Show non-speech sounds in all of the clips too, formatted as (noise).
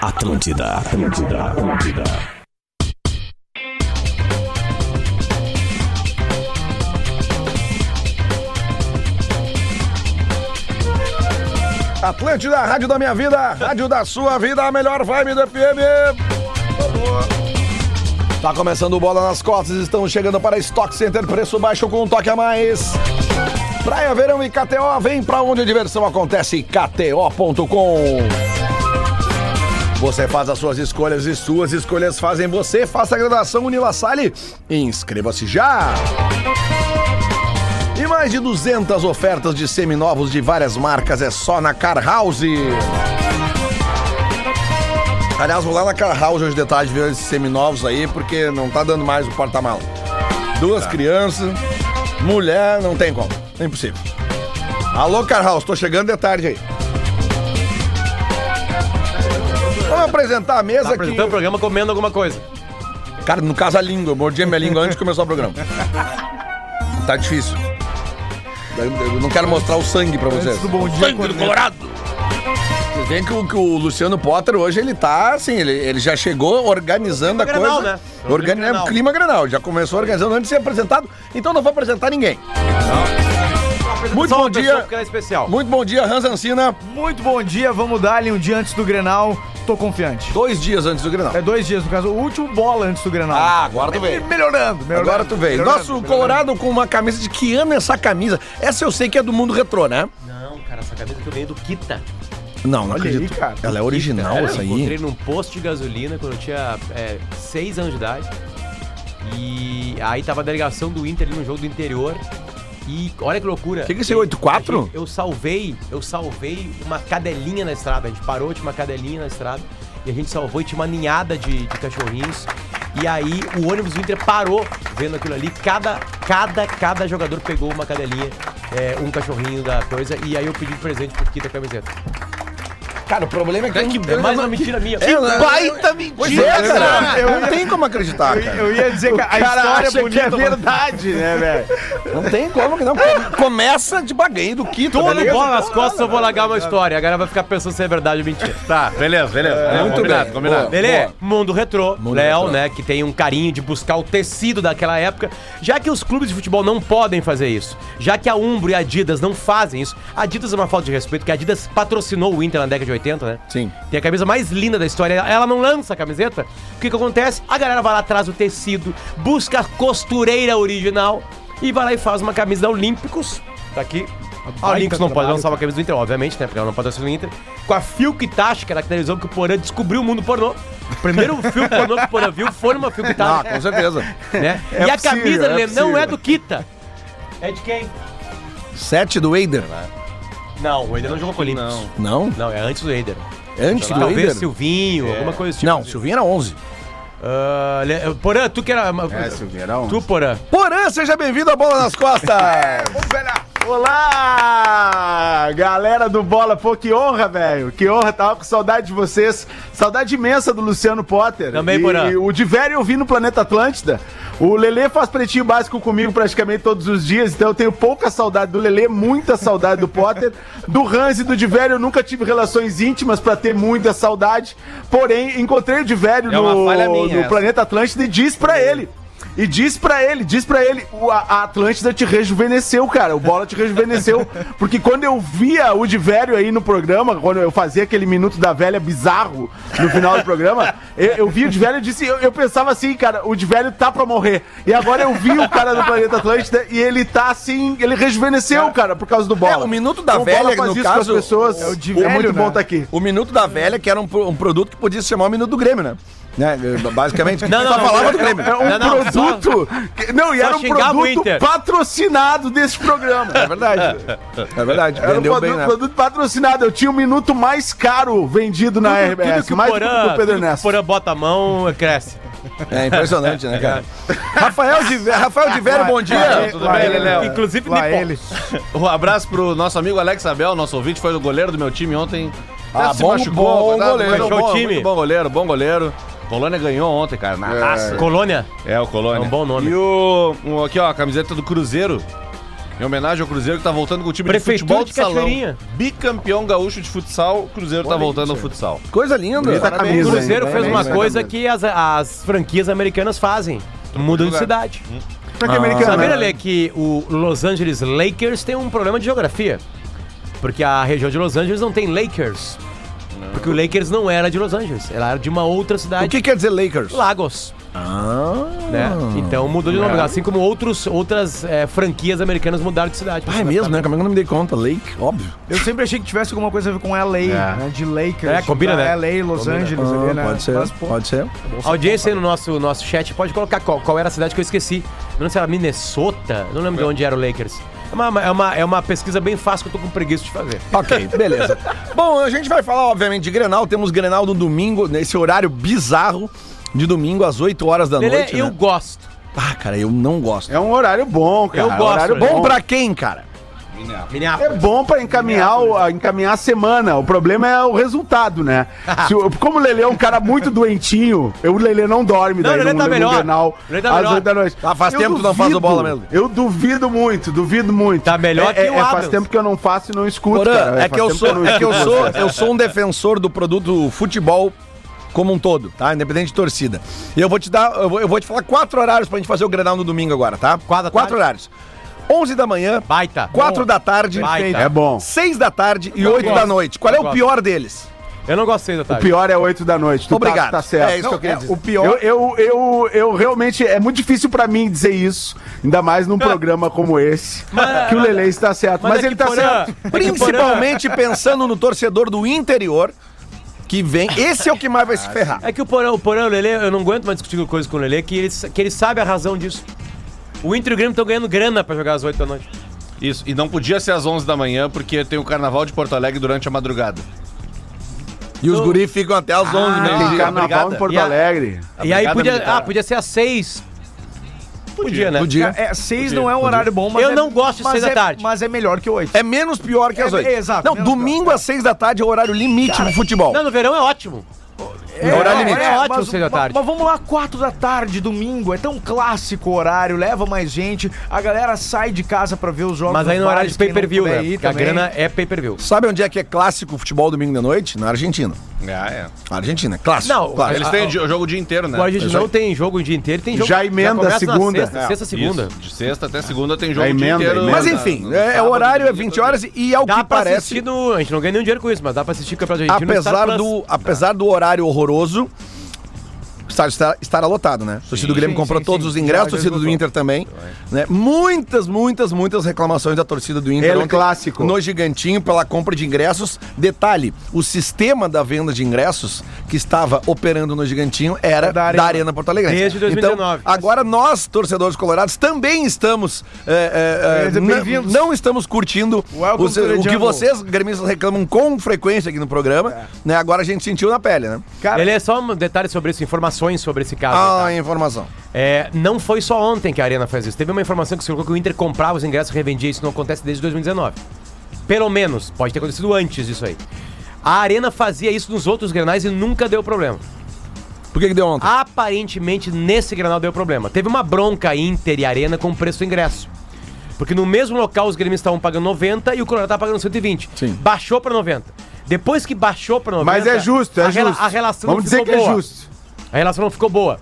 Atlântida, Atlântida, Atlântida. Atlântida, rádio da minha vida, rádio da sua vida, a melhor vibe do FM. Tá começando o bola nas costas, estamos chegando para Stock Center, preço baixo com um toque a mais. Praia, verão e KTO, vem pra onde a diversão acontece, kto.com. Você faz as suas escolhas e suas escolhas fazem você. Faça a graduação Unila Salle e inscreva-se já. E mais de 200 ofertas de seminovos de várias marcas é só na Car House. Aliás, vou lá na Car House hoje de tarde ver esses seminovos aí, porque não tá dando mais o porta-mal. Duas crianças, mulher, não tem como. É impossível. Alô, Car House, tô chegando de tarde aí. Vamos apresentar a mesa aqui. Apresentando o programa comendo alguma coisa. Cara, no caso a língua, eu mordi a minha língua antes de começar o programa. Tá difícil. Eu- Eu não quero mostrar o sangue pra vocês. bom dia, Corneta. Vocês veem que o, que o Luciano Potter hoje ele tá assim, ele, ele já chegou organizando a É um clima coisa. Grenal, né? É um Organi- clima é um Grenal. clima granal, já começou organizando antes de ser apresentado, então não vou apresentar ninguém. Muito Só bom uma pessoa dia. porque ela é especial. Muito bom dia, Hans Ancina. Muito bom dia, vamos dar ali um dia antes do Grenal. Tô confiante. Dois dias antes do Grenal. É dois dias, no caso, o último bola antes do Grenal. Ah, agora tu veio. Melhorando, melhorando. Agora tu veio. melhorando, Nosso melhorando. Colorado com uma camisa de que ano é essa camisa? Essa eu sei que é do mundo retrô, né? Não, cara, essa camisa que eu ganhei do Kita. Não, não Olha aí, acredito. cara. Ela é original Cara, essa eu aí. encontrei num posto de gasolina quando eu tinha 6 anos de idade. E aí tava a delegação do Inter ali no jogo do interior. E olha que loucura. Que que é esse 84? A gente- Eu salvei, eu salvei uma cadelinha na estrada. A gente parou, tinha uma cadelinha na estrada. E a gente salvou e tinha uma ninhada de, de cachorrinhos. E aí o ônibus do Inter parou vendo aquilo ali. Cada, cada, cada jogador pegou uma cadelinha, é, um cachorrinho da coisa. E aí eu pedi de presente pro Kita a camiseta. Cara, o problema é que. que é mais uma mentira (laughs) minha. Que baita Pois é, cara. Eu- Não tem como acreditar, cara. Eu ia dizer que a história acha bonita que é verdade, né, velho? Não tem como que não. Come- Começa de baguei do Quito. Tô no beleza? bola nas costas, eu vou largar uma história. A galera vai ficar pensando se é verdade ou mentira. Tá, beleza, beleza. beleza, É, muito combinado, bem. combinado. Boa. Beleza? Mundo Retrô, Mundo Léo, retrô. né, que tem um carinho de buscar o tecido daquela época. Já que os clubes de futebol não podem fazer isso, já que a Umbro e a Adidas não fazem isso, a Adidas é uma falta de respeito, porque a Adidas patrocinou o Inter na década de 80, né? Sim. Tem a camisa mais linda da história. Ela não lança a camiseta. O que, que acontece? A galera vai lá atrás do tecido, busca a costureira original e vai lá e faz uma camisa da Olímpicos. Tá aqui. A Olímpicos não pode lançar uma camisa do Inter, obviamente, né? Porque ela não pode lançar do Inter. Com a Filktash, que era a televisão que o Porã descobriu o mundo pornô. O (laughs) primeiro filme pornô que o Porã viu foi numa Ah, Filktash, com certeza. né? É e a possível, camisa é Lê, não possível. é do Kita. É de quem? Sete do Eider. Não, o Eider não jogou com o Olímpicos. Não. Não? é antes do Eider. Antes do Talvez Eider? É. Silvinho, alguma coisa desse tipo. Não, Silvinho era 11. Ah, Le- Porã, tu que era. É, Silvio, era um. tu, Porã. Porã, seja bem-vindo à Bola nas Costas. Olá, galera do Bola. Pô, que honra, velho. Que honra. Tava com saudade de vocês. Saudade imensa do Luciano Potter. Também, e, Porã. O Diverio eu vi no Planeta Atlântida. O Lelê faz pretinho básico comigo praticamente todos os dias. Então eu tenho pouca saudade do Lelê, muita saudade do Potter. Do Hans e do Diverio eu nunca tive relações íntimas pra ter muita saudade. Porém, encontrei o Diverio É uma no, falha minha no essa. Planeta Atlântida e disse pra ele. E diz pra ele, diz pra ele, o- a, a Atlântida te rejuvenesceu, cara. O Bola te (laughs) rejuvenesceu. Porque quando eu via o de velho aí no programa, quando eu fazia aquele minuto da velha bizarro no final (laughs) do programa, eu, eu vi o de velho e disse, eu, eu pensava assim, cara, o de velho tá pra morrer. E agora eu vi o cara do Planeta Atlântida e ele tá assim, ele rejuvenesceu, cara, por causa do Bola. É, o Minuto da Então o Bola Velha, faz no isso caso, com as pessoas. é É, o de é velho, muito né? bom tá aqui. O Minuto da Velha, que era um, pro- um produto que podia se chamar o Minuto do Grêmio, né? né? Basicamente. Não, não, Só não, falava não, do Grêmio. É um Não, não, só- produto. que- não, e só era um xingava o Inter. produto patrocinado desse programa. É verdade. É verdade. Era um Vendeu produto, bem, né? produto patrocinado. Eu tinha o minuto mais caro vendido na Tudo- RBS. tudo que o mais Porã, do que o Pedro tudo que o Ernesto. Porã bota a mão, cresce. É impressionante, né, cara? (laughs) Rafael de, Rafael de Vera, bom dia. Tudo bem, Lelé? Inclusive, né? Lá Nippon. ele. Um abraço pro nosso amigo Alex Abel, nosso ouvinte, foi o goleiro do meu time ontem. Ah, Ah, se bom- machucou, bom coitado, goleiro. mas é um Fechou o bom, time. muito bom goleiro, bom goleiro. Colônia ganhou ontem, cara, na raça. Colônia? É, o Colônia. É um bom nome. E o, o- aqui, ó, a camiseta do Cruzeiro. Em homenagem ao Cruzeiro que tá voltando com o time Prefeitura de futebol de, de salão. Cachoeirinha. Bicampeão gaúcho de futsal, o Cruzeiro tá voltando ao futsal. Coisa linda. Bonita Parabéns. O camisa, hein? Cruzeiro Bem, fez bem, uma bem, coisa bem. que as, as franquias americanas fazem. Mudam de lugar. cidade. Só que é americano, Sabia, né? Lelê, que o Los Angeles Lakers tem um problema de geografia. Porque a região de Los Angeles não tem Lakers. Porque o Lakers não era de Los Angeles, ela era de uma outra O cidade. que quer dizer Lakers? Lagos. Ah, Né? Então mudou de nome, assim como outros, outras eh, franquias americanas mudaram de cidade. Ah, é mesmo, né? Como é que eu não me dei conta? Lake, óbvio. Eu sempre achei que tivesse alguma coisa a ver com LA, né? De Lakers. É, combina, tipo, né? LA, Los Angeles, Ah, ali, né? Pode ser, Mas, pô, pode ser. A audiência aí no nosso, nosso chat pode colocar qual, qual era a cidade que eu esqueci. Eu Não sei se era Minnesota, não lembro de onde era o Lakers. É uma, é, uma, é uma pesquisa bem fácil que eu tô com preguiça de fazer. Ok, beleza. Bom, a gente vai falar, obviamente, de Grenal. Temos Grenal no domingo, nesse horário bizarro de domingo às 8 horas da Lelê, noite. eu Né? gosto. Ah, cara, eu não gosto. É um horário bom, cara. Eu gosto, horário né? bom Bom pra... pra quem, cara? Tá. É bom pra encaminhar, o- a- encaminhar a semana. O problema é o (laughs) resultado, né? Se o- como o Lelê é um cara muito doentinho, eu, o Lelê não dorme Não, o Lelê no- tá no melhor. Grenal O Lelê tá às melhor. oito da noite. Ah, faz Eu tempo que tu não faz o bola mesmo. Eu duvido muito, duvido muito. Tá melhor É- que é, o é, Faz Adams. tempo que eu não faço e não escuto, Porã, cara. é que eu Faz sou, tempo não é que eu escuto sou, vocês. eu sou um defensor do produto futebol como um todo, tá? Independente de torcida. E eu vou te dar, eu vou, eu vou te falar quatro horários pra gente fazer o Grenal no domingo agora, tá? Quatro da quatro tarde? horários. 11 da manhã, Baita. 4 da tarde, Baita. É bom. 6 da tarde e 8 da gosto. noite. Qual é Eu o gosto. pior deles? Eu não gostei da O tarde. pior é 8 da noite. Tu tá- Obrigado. Tá, certo. É isso que eu queria dizer. O pior Eu, eu, eu, eu realmente. É muito difícil pra mim dizer isso, ainda (laughs) mais num programa como esse. que o Lele está certo. Mas, mas é ele que tá Porã- certo. é que Principalmente pensando no torcedor do interior que vem. Esse é o que mais vai se ferrar. É que o Porão, o Porão e o Lelê, eu não aguento mais discutir coisa com o Lelê, que ele, que ele sabe a razão disso. O Inter e o Grêmio estão ganhando grana pra jogar às 8 da noite. Isso, e não podia ser às 11 da manhã, porque tem o Carnaval de Porto Alegre durante a madrugada. E os guris ficam até às 11, né? Tem Ah, carnaval obrigada. em Porto E a- Alegre. e aí brigada podia. militar. Ah, podia ser às 6. Podia, né? Do dia. É, seis não é um horário bom, mas. Eu é- não gosto de mas seis da é- tarde. Mas é melhor que oito. É menos pior que as É, 8. é, exato, Não, menos domingo às 6 da tarde é o horário limite do futebol. Não, no verão é ótimo. É horário limite. é ótimo mas, seis da mas- tarde. Mas, vamos lá, quatro da tarde, domingo. É tão clássico o horário, leva mais gente. A galera sai de casa pra ver os jogos. Mas aí no nos horário de bares, quem não pay-per-view, puder né? ir Porque a também. grana é pay-per-view. Sabe onde é que é clássico o futebol domingo de noite? Na Argentina. Ah, é. Na Argentina, clássico. Não, clássico. Eles têm o di- o jogo o dia inteiro, né? Agora a gente não tem jogo o dia inteiro, tem jogo. Já emenda começa na segunda. Sexta, É, sexta, segunda. Isso, de sexta até segunda tem jogo É o dia emenda, inteiro. emenda. Mas na- enfim, no é, é o sábado, horário, é domingo, 20 horas e ao Dá que pra parece. assistir no. A gente não ganha nenhum dinheiro com isso, mas dá pra assistir o Campeonato Argentino. no Star apesar Plus. do, apesar do horário horroroso, o estádio estará, estará lotado, né? O torcida do Grêmio Sim, comprou sim, todos sim. os ingressos, a Já torcida do esgotou. Inter também. Né? Muitas, muitas, muitas reclamações da torcida do Inter. El ontem Clásico. No Gigantinho pela compra de ingressos. Detalhe, o sistema da venda de ingressos que estava operando no Gigantinho era da É da Arena, Arena. Porto Alegre. Desde 2019. Então, agora nós, torcedores colorados, também estamos... Eu É, ia é, é, dizer, não- bem-vindos. não estamos curtindo Welcome os- to the o que jungle. você vocês, gremistas, reclamam com frequência aqui no programa, né? Agora a gente sentiu na pele, né? Cara, Ele é só um detalhe sobre isso, informações sobre esse caso. Ah, tá? informação. É, não foi só ontem que a Arena fez isso. Teve uma informação que se colocou que o Inter comprava os ingressos e revendia. Isso não acontece desde 2019. Pelo menos, pode ter acontecido antes disso aí. A Arena fazia isso nos outros granais e nunca deu problema. Por que, que deu ontem? Aparentemente, nesse granal deu problema. Teve uma bronca Inter e Arena com o preço do ingresso. Porque no mesmo local os gremistas estavam pagando 90 e o Colorado estava pagando 120. Sim. Baixou para 90. Depois que baixou para 90. Mas é justo, é a rela- justo. a relação não Vamos dizer ficou que é boa. justo. A relação não ficou boa.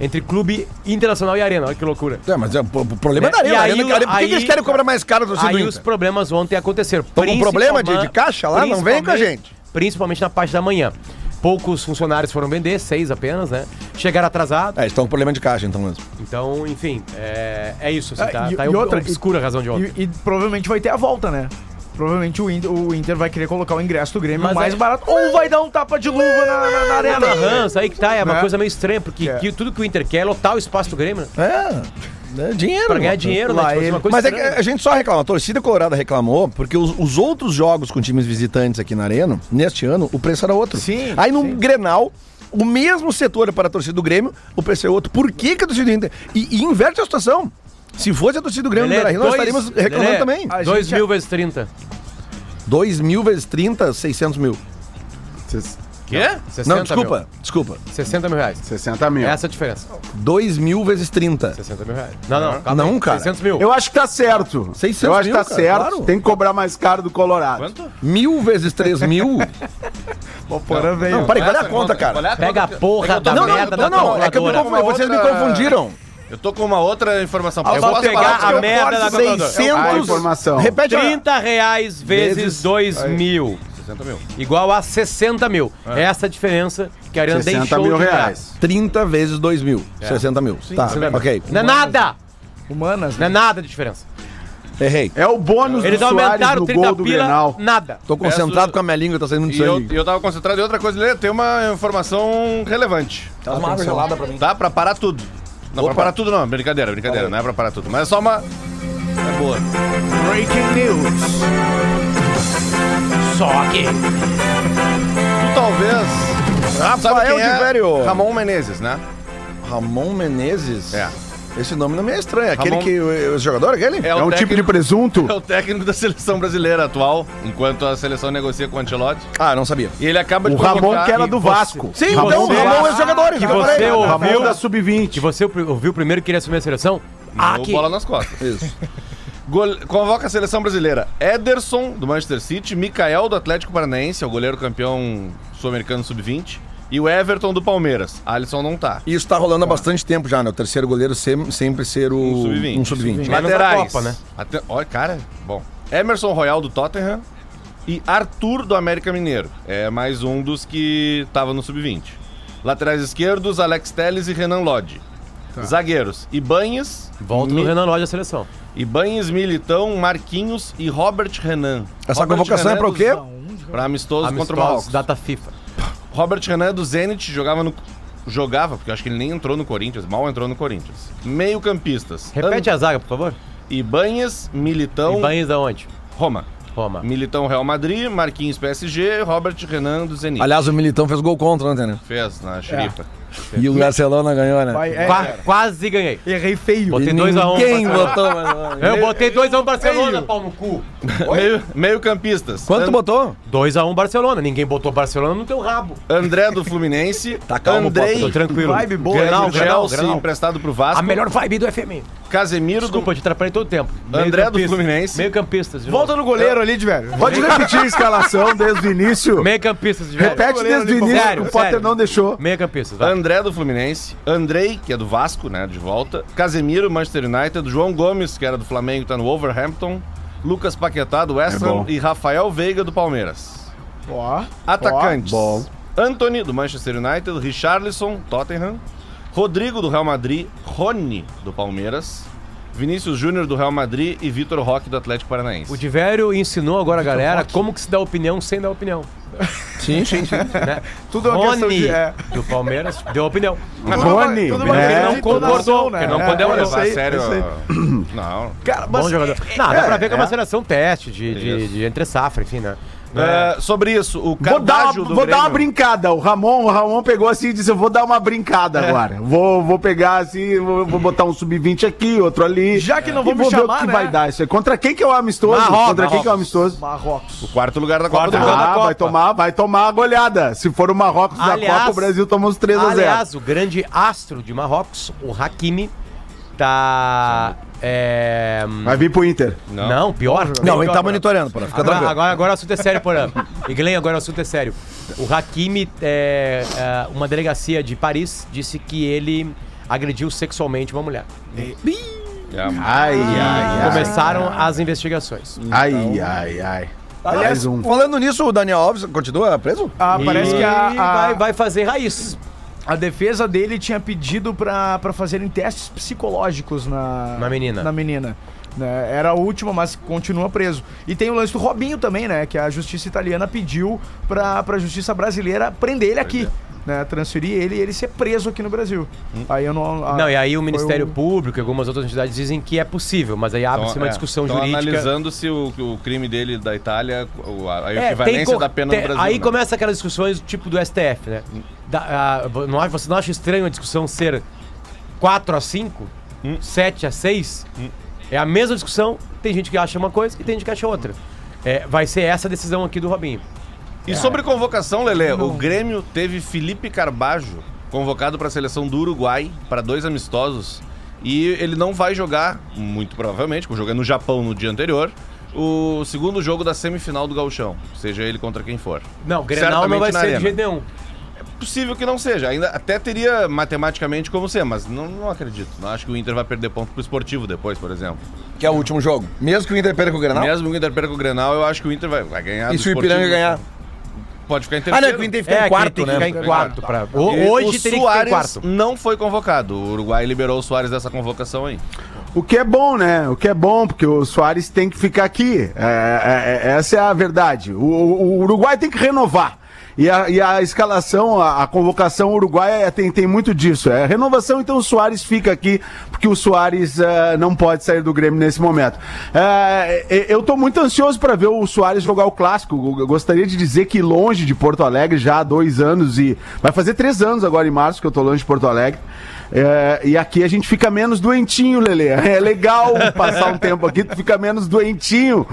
Entre clube internacional e arena. Olha que loucura. É, mas é, o, o problema é da E Arena. aí Arena, o- cara, por que, aí- que eles querem cobrar mais caro a torcida do Aí os Inter? problemas ontem aconteceram. Tô com problema de- Principalmente- de caixa lá? Não vem com a gente. Principalmente na parte da manhã. Poucos funcionários foram vender, seis apenas, né? Chegaram atrasados. É, eles estão com problema de caixa, então mesmo. Então, enfim, é, é isso. Assim, Ah, tá e- tá e ob- outra- obscura a razão de ontem. E, e provavelmente vai ter a volta, né? Provavelmente o Inter, o Inter vai querer colocar o ingresso do Grêmio Mas mais é- barato. Ou vai dar um tapa de luva na, na- na É arena. na Hans, aí que tá, é uma Né? coisa meio estranha, porque É. que- tudo que o Inter quer é lotar o espaço do Grêmio, né? É. é dinheiro. Pra ganhar mano. dinheiro, né? Lá Tipo, assim, ele. uma coisa Mas é que estranha. a gente só reclama, a torcida colorada reclamou, porque os, os outros jogos com times visitantes aqui na Arena, neste ano, o preço era outro. Sim, Aí no sim. Grenal, o mesmo setor é para a torcida do Grêmio, o preço é outro. Por que, que a torcida do Inter. E, e inverte a situação. Se fosse a torcida do Grêmio no Lelé, Beira Rio, é, nós dois- estaríamos reclamando Lelé, também. A 2 gente- é- mil vezes 30. 2 mil vezes 30, 600 mil. Vocês- Que Quê? 60 Não, desculpa, desculpa. Mil. 60 mil reais. 60 mil. Essa é a diferença. 2 mil vezes 30. 60 mil reais. Não, não. calma Não, aí. cara. 600 mil. Eu acho que tá certo. 600 Eu acho que mil, tá cara, certo. claro. Tem que cobrar mais caro do Colorado. Quanto? Mil vezes 3 mil? Pô, Porã veio. Não, peraí, Qual qual é é a conta, cara? a Pega a conta? porra da Não, não, merda não, da não, é que eu me calculadora. confundi, vocês me confundiram. Eu tô com uma outra informação. Eu vou pegar a merda da É calculadora. 600 A informação. Repete aí. 30 reais vezes 2 mil. 60 mil. Igual a 60 mil. Essa é a diferença que a Ariana deixou 60 mil de dar. reais. 30 vezes 2 mil. 60 mil. tá, 60 mil. ok. Não é nada! Humanas, Não é né? nada de diferença. Errei. É o bônus Eles do Soares aumentaram no gol 30 do pila, Grenal. nada. Tô concentrado com a minha língua, tá saindo muito E eu, sangue. e eu tava concentrado em outra coisa, Lelê, tem uma informação relevante. Dá uma água gelada pra mim. Tá? Pra parar tudo. Não, pra parar tudo não, brincadeira, Tá brincadeira, não é pra parar tudo. Mas é só uma. É boa. Breaking News. Tu talvez. sabe Rafael quem é? de Vério. Ramon Menezes, né? Ramon Menezes? É. Esse nome não me é estranho. É Aquele Ramon- que. O, o jogador, aquele? É um tipo de presunto? É o técnico da seleção brasileira atual, enquanto a seleção negocia com o Ancelotti. (laughs) Ah, não sabia. E ele acaba de O Ramon convocar- que era E do você- Vasco. Sim, Ramon então o do Ramon Vasco. é os jogadores. que já você falei. ouve. Ramon Viu? da Que Sub-20. você ouviu primeiro que queria assumir a seleção? Ah, No que... Bola nas costas. (laughs) Isso. Gole- Convoca a seleção brasileira. Ederson, do Manchester City, Mikael, do Atlético Paranaense, é o goleiro campeão sul-americano sub-20, e o Everton, do Palmeiras. Alisson não tá. E isso tá rolando há bastante tempo já, né? O terceiro goleiro sem- sempre ser o. Um sub-vinte. Um sub-20. Mas não dá Laterais. Copa, né? Até- Olha, cara, bom. Emerson Royal, do Tottenham, e Arthur, do América Mineiro. É mais um dos que tava no sub-20. Laterais esquerdos, Alex Telles e Renan Lodge. Zagueiros, Ibanhes, Volta no Renan Lodge a seleção. Ibanhes, Militão, Marquinhos e Robert Renan. Essa Robert convocação é Renan pra o dos- quê? Pra amistoso, contra o Amistosos, Marrocos. data FIFA. Robert Renan é do Zenit, jogava no. Jogava, porque eu acho que ele nem entrou no Corinthians, mal entrou no Corinthians. Meio campistas. Repete a zaga, por favor. Ibanhes, Militão, Ibanez da onde? Roma. Roma. Militão Real Madrid, Marquinhos PSG, Robert Renan do Zenit. Aliás, o Militão fez gol contra ontem, né? Fez na xerifa. E o Barcelona ganhou, né? Vai, é, Qua- quase ganhei. errei feio. Botei E 2x1. Ninguém botou. mas- (laughs) Eu botei 2x1 Barcelona, pau no cu. (laughs) Meio, meio campistas. Quanto An- botou? 2x1 Barcelona. Ninguém botou Barcelona no teu rabo. André do Fluminense, Tá calmo, Andrei, Tô tranquilo. Vibe boa, Grenal, Grenal, Grenal, Chelsea, Grenal. emprestado pro Vasco. A melhor vibe do FM. Casemiro Desculpa, eu te atrapalhei todo o tempo. André do Meio-campista. Fluminense. Meio-campistas. de Volta novo. no goleiro ali, de velho. Pode repetir a escalação desde (laughs) o início? Meio-campistas de velho. Repete desde o início que Sério, o Potter sério. tá? não deixou. Meio-campistas. do vai. André do Fluminense, Andrei, que é do Vasco, né, de volta, Casemiro, Manchester United, João Gomes, que era do Flamengo, tá no Wolverhampton, Lucas Paquetá do West É Ham bom. e Rafael Veiga do Palmeiras. Ó. Atacantes. bom. Anthony, do Manchester United, Richarlison, Tottenham, Rodrigo, do Real Madrid, Rony, do Palmeiras, Vinícius Júnior, do Real Madrid e Vitor Roque, do Atlético Paranaense. O Divério ensinou agora a galera como que se dá opinião sem dar opinião. Sim, sim, sim. Né? Tudo é uma questão de- Rony, é. do Palmeiras, deu opinião. Rony, tudo É, bem, né? tudo não bem, concordou, tudo bem, que não né? podemos É, eu levar a sei, sério. eu sei. Não. Cara, Bom mas jogador. Não, dá pra ver que é uma seleção teste de, de, Isso. de entre safra, enfim, né? Não é- É, sobre isso, o Vou, dar Cardágio uma, do vou dar uma Grêmio- brincada. O Ramon, o Ramon pegou assim e disse: Eu vou dar uma brincada agora. Vou, vou pegar assim, vou, vou botar um sub-20 aqui, outro ali. Já que não E vão me vou ver chamar, o que né? vai dar isso aí. Contra quem que é o amistoso? Marrocos, Contra quem que é o Marrocos. amistoso? Marrocos. Quarto lugar da Copa Quarto do lugar Mundo. da Ah, Copa. vai tomar, vai tomar a goleada. Se for o Marrocos Aliás- da Copa, o Brasil toma uns 3 a 0 Aliás, o grande astro de Marrocos, o Hakimi, tá. É, Vai vir pro Inter. não. pior. Não, ele tá pior, Porã. monitorando, porra. Fica Agora, tranquilo. agora, agora o assunto é sério, Porã. E Glenn, agora o assunto é sério. O Hakimi, é, é, uma delegacia de Paris, disse que ele agrediu sexualmente uma mulher. Ai, Ah, ai, ai. Começaram as investigações. Ai, ai, ai. Aliás, Mais um. falando nisso, o Daniel Alves continua preso? Ah, parece E que a, vai, a, vai fazer raiz. a defesa dele tinha pedido pra, pra fazerem testes psicológicos na, Na menina. Na menina. né? Era a última, mas continua preso. E tem o lance do Robinho também, né? Que a justiça italiana pediu pra, pra justiça brasileira prender ele aqui. Né, transferir ele e ele ser preso aqui no Brasil. Aí eu não. a- Hum. Não, e aí o Ministério foi um- o- Público e algumas outras entidades dizem que é possível, mas aí abre-se uma um é, discussão tão jurídica. analisando se o, o crime dele da Itália, o- a, a É, tem equivalência co- da pena no tem- Brasil. Aí né? Hum. começa aquelas discussões tipo do STF, né? Da- ah, vo- não acha- você não acha estranho a discussão ser 4 a 5? Hum. 7 a 6? É a mesma discussão, tem gente que acha uma coisa e tem gente que acha outra. É, vai ser essa a decisão aqui do Robinho. E sobre convocação, Lelê, o Grêmio teve Felipe Carbajo convocado para a seleção do Uruguai para dois amistosos e ele não vai jogar, muito provavelmente, porque jogando no Japão no dia anterior, o segundo jogo da semifinal do Gauchão, seja ele contra quem for. Não, o Grenal não Certamente vai na ser de arena. jeito nenhum. Possível que não seja, ainda até teria matematicamente como ser, mas não, não acredito. Não acho que o Inter vai perder ponto pro esportivo depois, por exemplo. Que é o último jogo. Mesmo que o Inter perca o Grenal. Mesmo que o Inter perca o Grenal, eu acho que o Inter vai, vai ganhar E do se o Sportivo. Ipiranga ganhar? Pode ficar em Ah, terceiro. não, é que o Inter fica em quarto, né? Ficar em quarto. Pra... Ho- E Hoje teria que ficar em Suárez quarto. não foi convocado. O Uruguai liberou o Soares dessa convocação aí. O que é bom, né? O que é bom, porque o Soares tem que ficar aqui. É, é, é, essa é a verdade. O, o- o Uruguai tem que renovar. E a, e a escalação, a, a convocação uruguaia é- tem, tem muito disso. É renovação, então o Soares fica aqui, porque o Soares eh, não pode sair do Grêmio nesse momento. Eh, e- eu tô muito ansioso para ver o Soares jogar o clássico. Eu gostaria de dizer que longe de Porto Alegre já há dois anos e. Vai fazer três anos agora em março que eu tô longe de Porto Alegre. É, e aqui a gente fica menos doentinho, Lele. (laughs) É legal passar um tempo aqui, tu fica menos doentinho.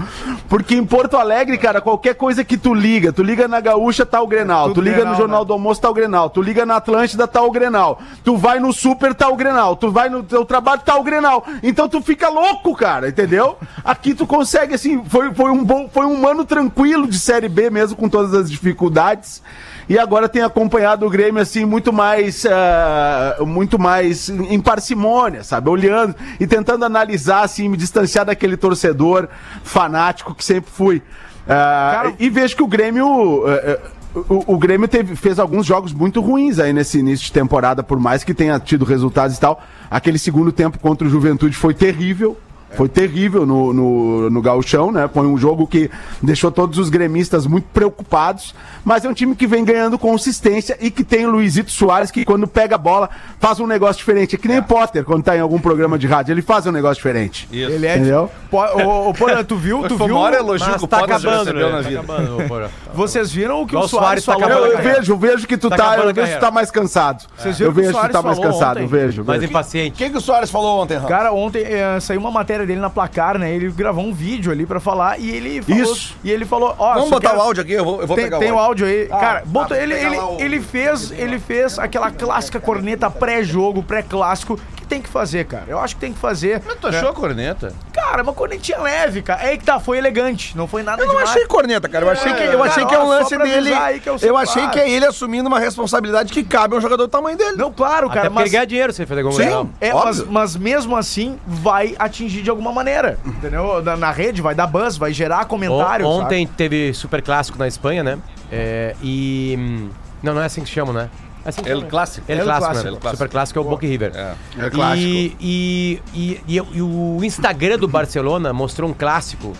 Porque em Porto Alegre, cara, qualquer coisa que tu liga, tu liga na Gaúcha, tá o Grenal. tudo tu liga Grenal, no Jornal né? do Almoço, tá o Grenal. Tu liga na Atlântida, tá o Grenal. Tu vai no Super, tá o Grenal. Tu vai no teu trabalho, tá o Grenal. Então tu fica louco, cara, entendeu? Aqui tu consegue, assim, foi, foi um bom, foi um ano tranquilo de Série B mesmo, com todas as dificuldades e agora tem acompanhado o Grêmio assim muito mais ah, muito mais em parcimônia, sabe? Olhando e tentando analisar assim, me distanciar daquele torcedor fanático que sempre fui. Ah, Cara- e vejo que o Grêmio ah, ah, o, o Grêmio teve- fez alguns jogos muito ruins aí nesse início de temporada, por mais que tenha tido resultados e tal. Aquele segundo tempo contra o Juventude foi terrível. Foi terrível no, no, no Gauchão, né? Foi um jogo que deixou todos os gremistas muito preocupados, mas é um time que vem ganhando consistência e que tem o Luizito Soares, que quando pega a bola faz um negócio diferente. É que nem o Potter, quando tá em algum programa de rádio, ele faz um negócio diferente. Isso. Ele é. Entendeu? Po, ô, ô, Porã, tu viu? Tu foi viu? o maior elogio mas que o tá Potter já acabando, recebeu né? na Tá vida. Vocês viram o que Igual o o Soares Soares tá falou? Eu, acabando eu a carreira. vejo, vejo que tu Tá tá, acabando a eu vejo que carreira. É. tu tá mais cansado. Vocês viram Eu o que o vejo que tu Soares tá mais falou cansado, ontem? vejo. Mas vejo. O impaciente. que, que o Soares falou ontem, Rafa? Cara, ontem eh, saiu uma matéria dele na placar, né? Ele gravou um vídeo ali pra falar e ele falou. Isso. E ele falou, ó, Vamos só botar quero- o áudio aqui, eu vou, eu vou tem, pegar tem o o áudio aí. Cara, botou, vou ele, pegar ele, lá o- ele fez, ele fez aquela clássica corneta pré-jogo, pré-clássico, que tem que fazer, cara. Eu acho que tem que fazer. Mas tu achou a corneta? Cara, uma cornetinha leve, cara. É aí que tá, foi elegante. Não foi nada Eu não demais. achei corneta, cara. Eu achei que, eu cara, achei que é ó, um só lance pra dele. avisar aí que eu eu sou achei claro. que é ele assumindo uma responsabilidade que cabe a um jogador do tamanho dele. Não, claro, Até cara, porque ele mas... ganha dinheiro se ele fazer gol. Sim. legal. É, mas, Óbvio. mas mesmo assim vai atingir de alguma maneira, entendeu? Na, na rede vai dar buzz, vai gerar comentário. On- sabe? ontem teve super clássico na Espanha, né? É, e. hum, Não, não é assim que chama, né? É assim que El chama, né? Clássico. Ele El clássico, Clásico. né? Super clássico é o Boca e River. É. É clássico. E, e, e, e, eu- e o Instagram do Barcelona mostrou um clássico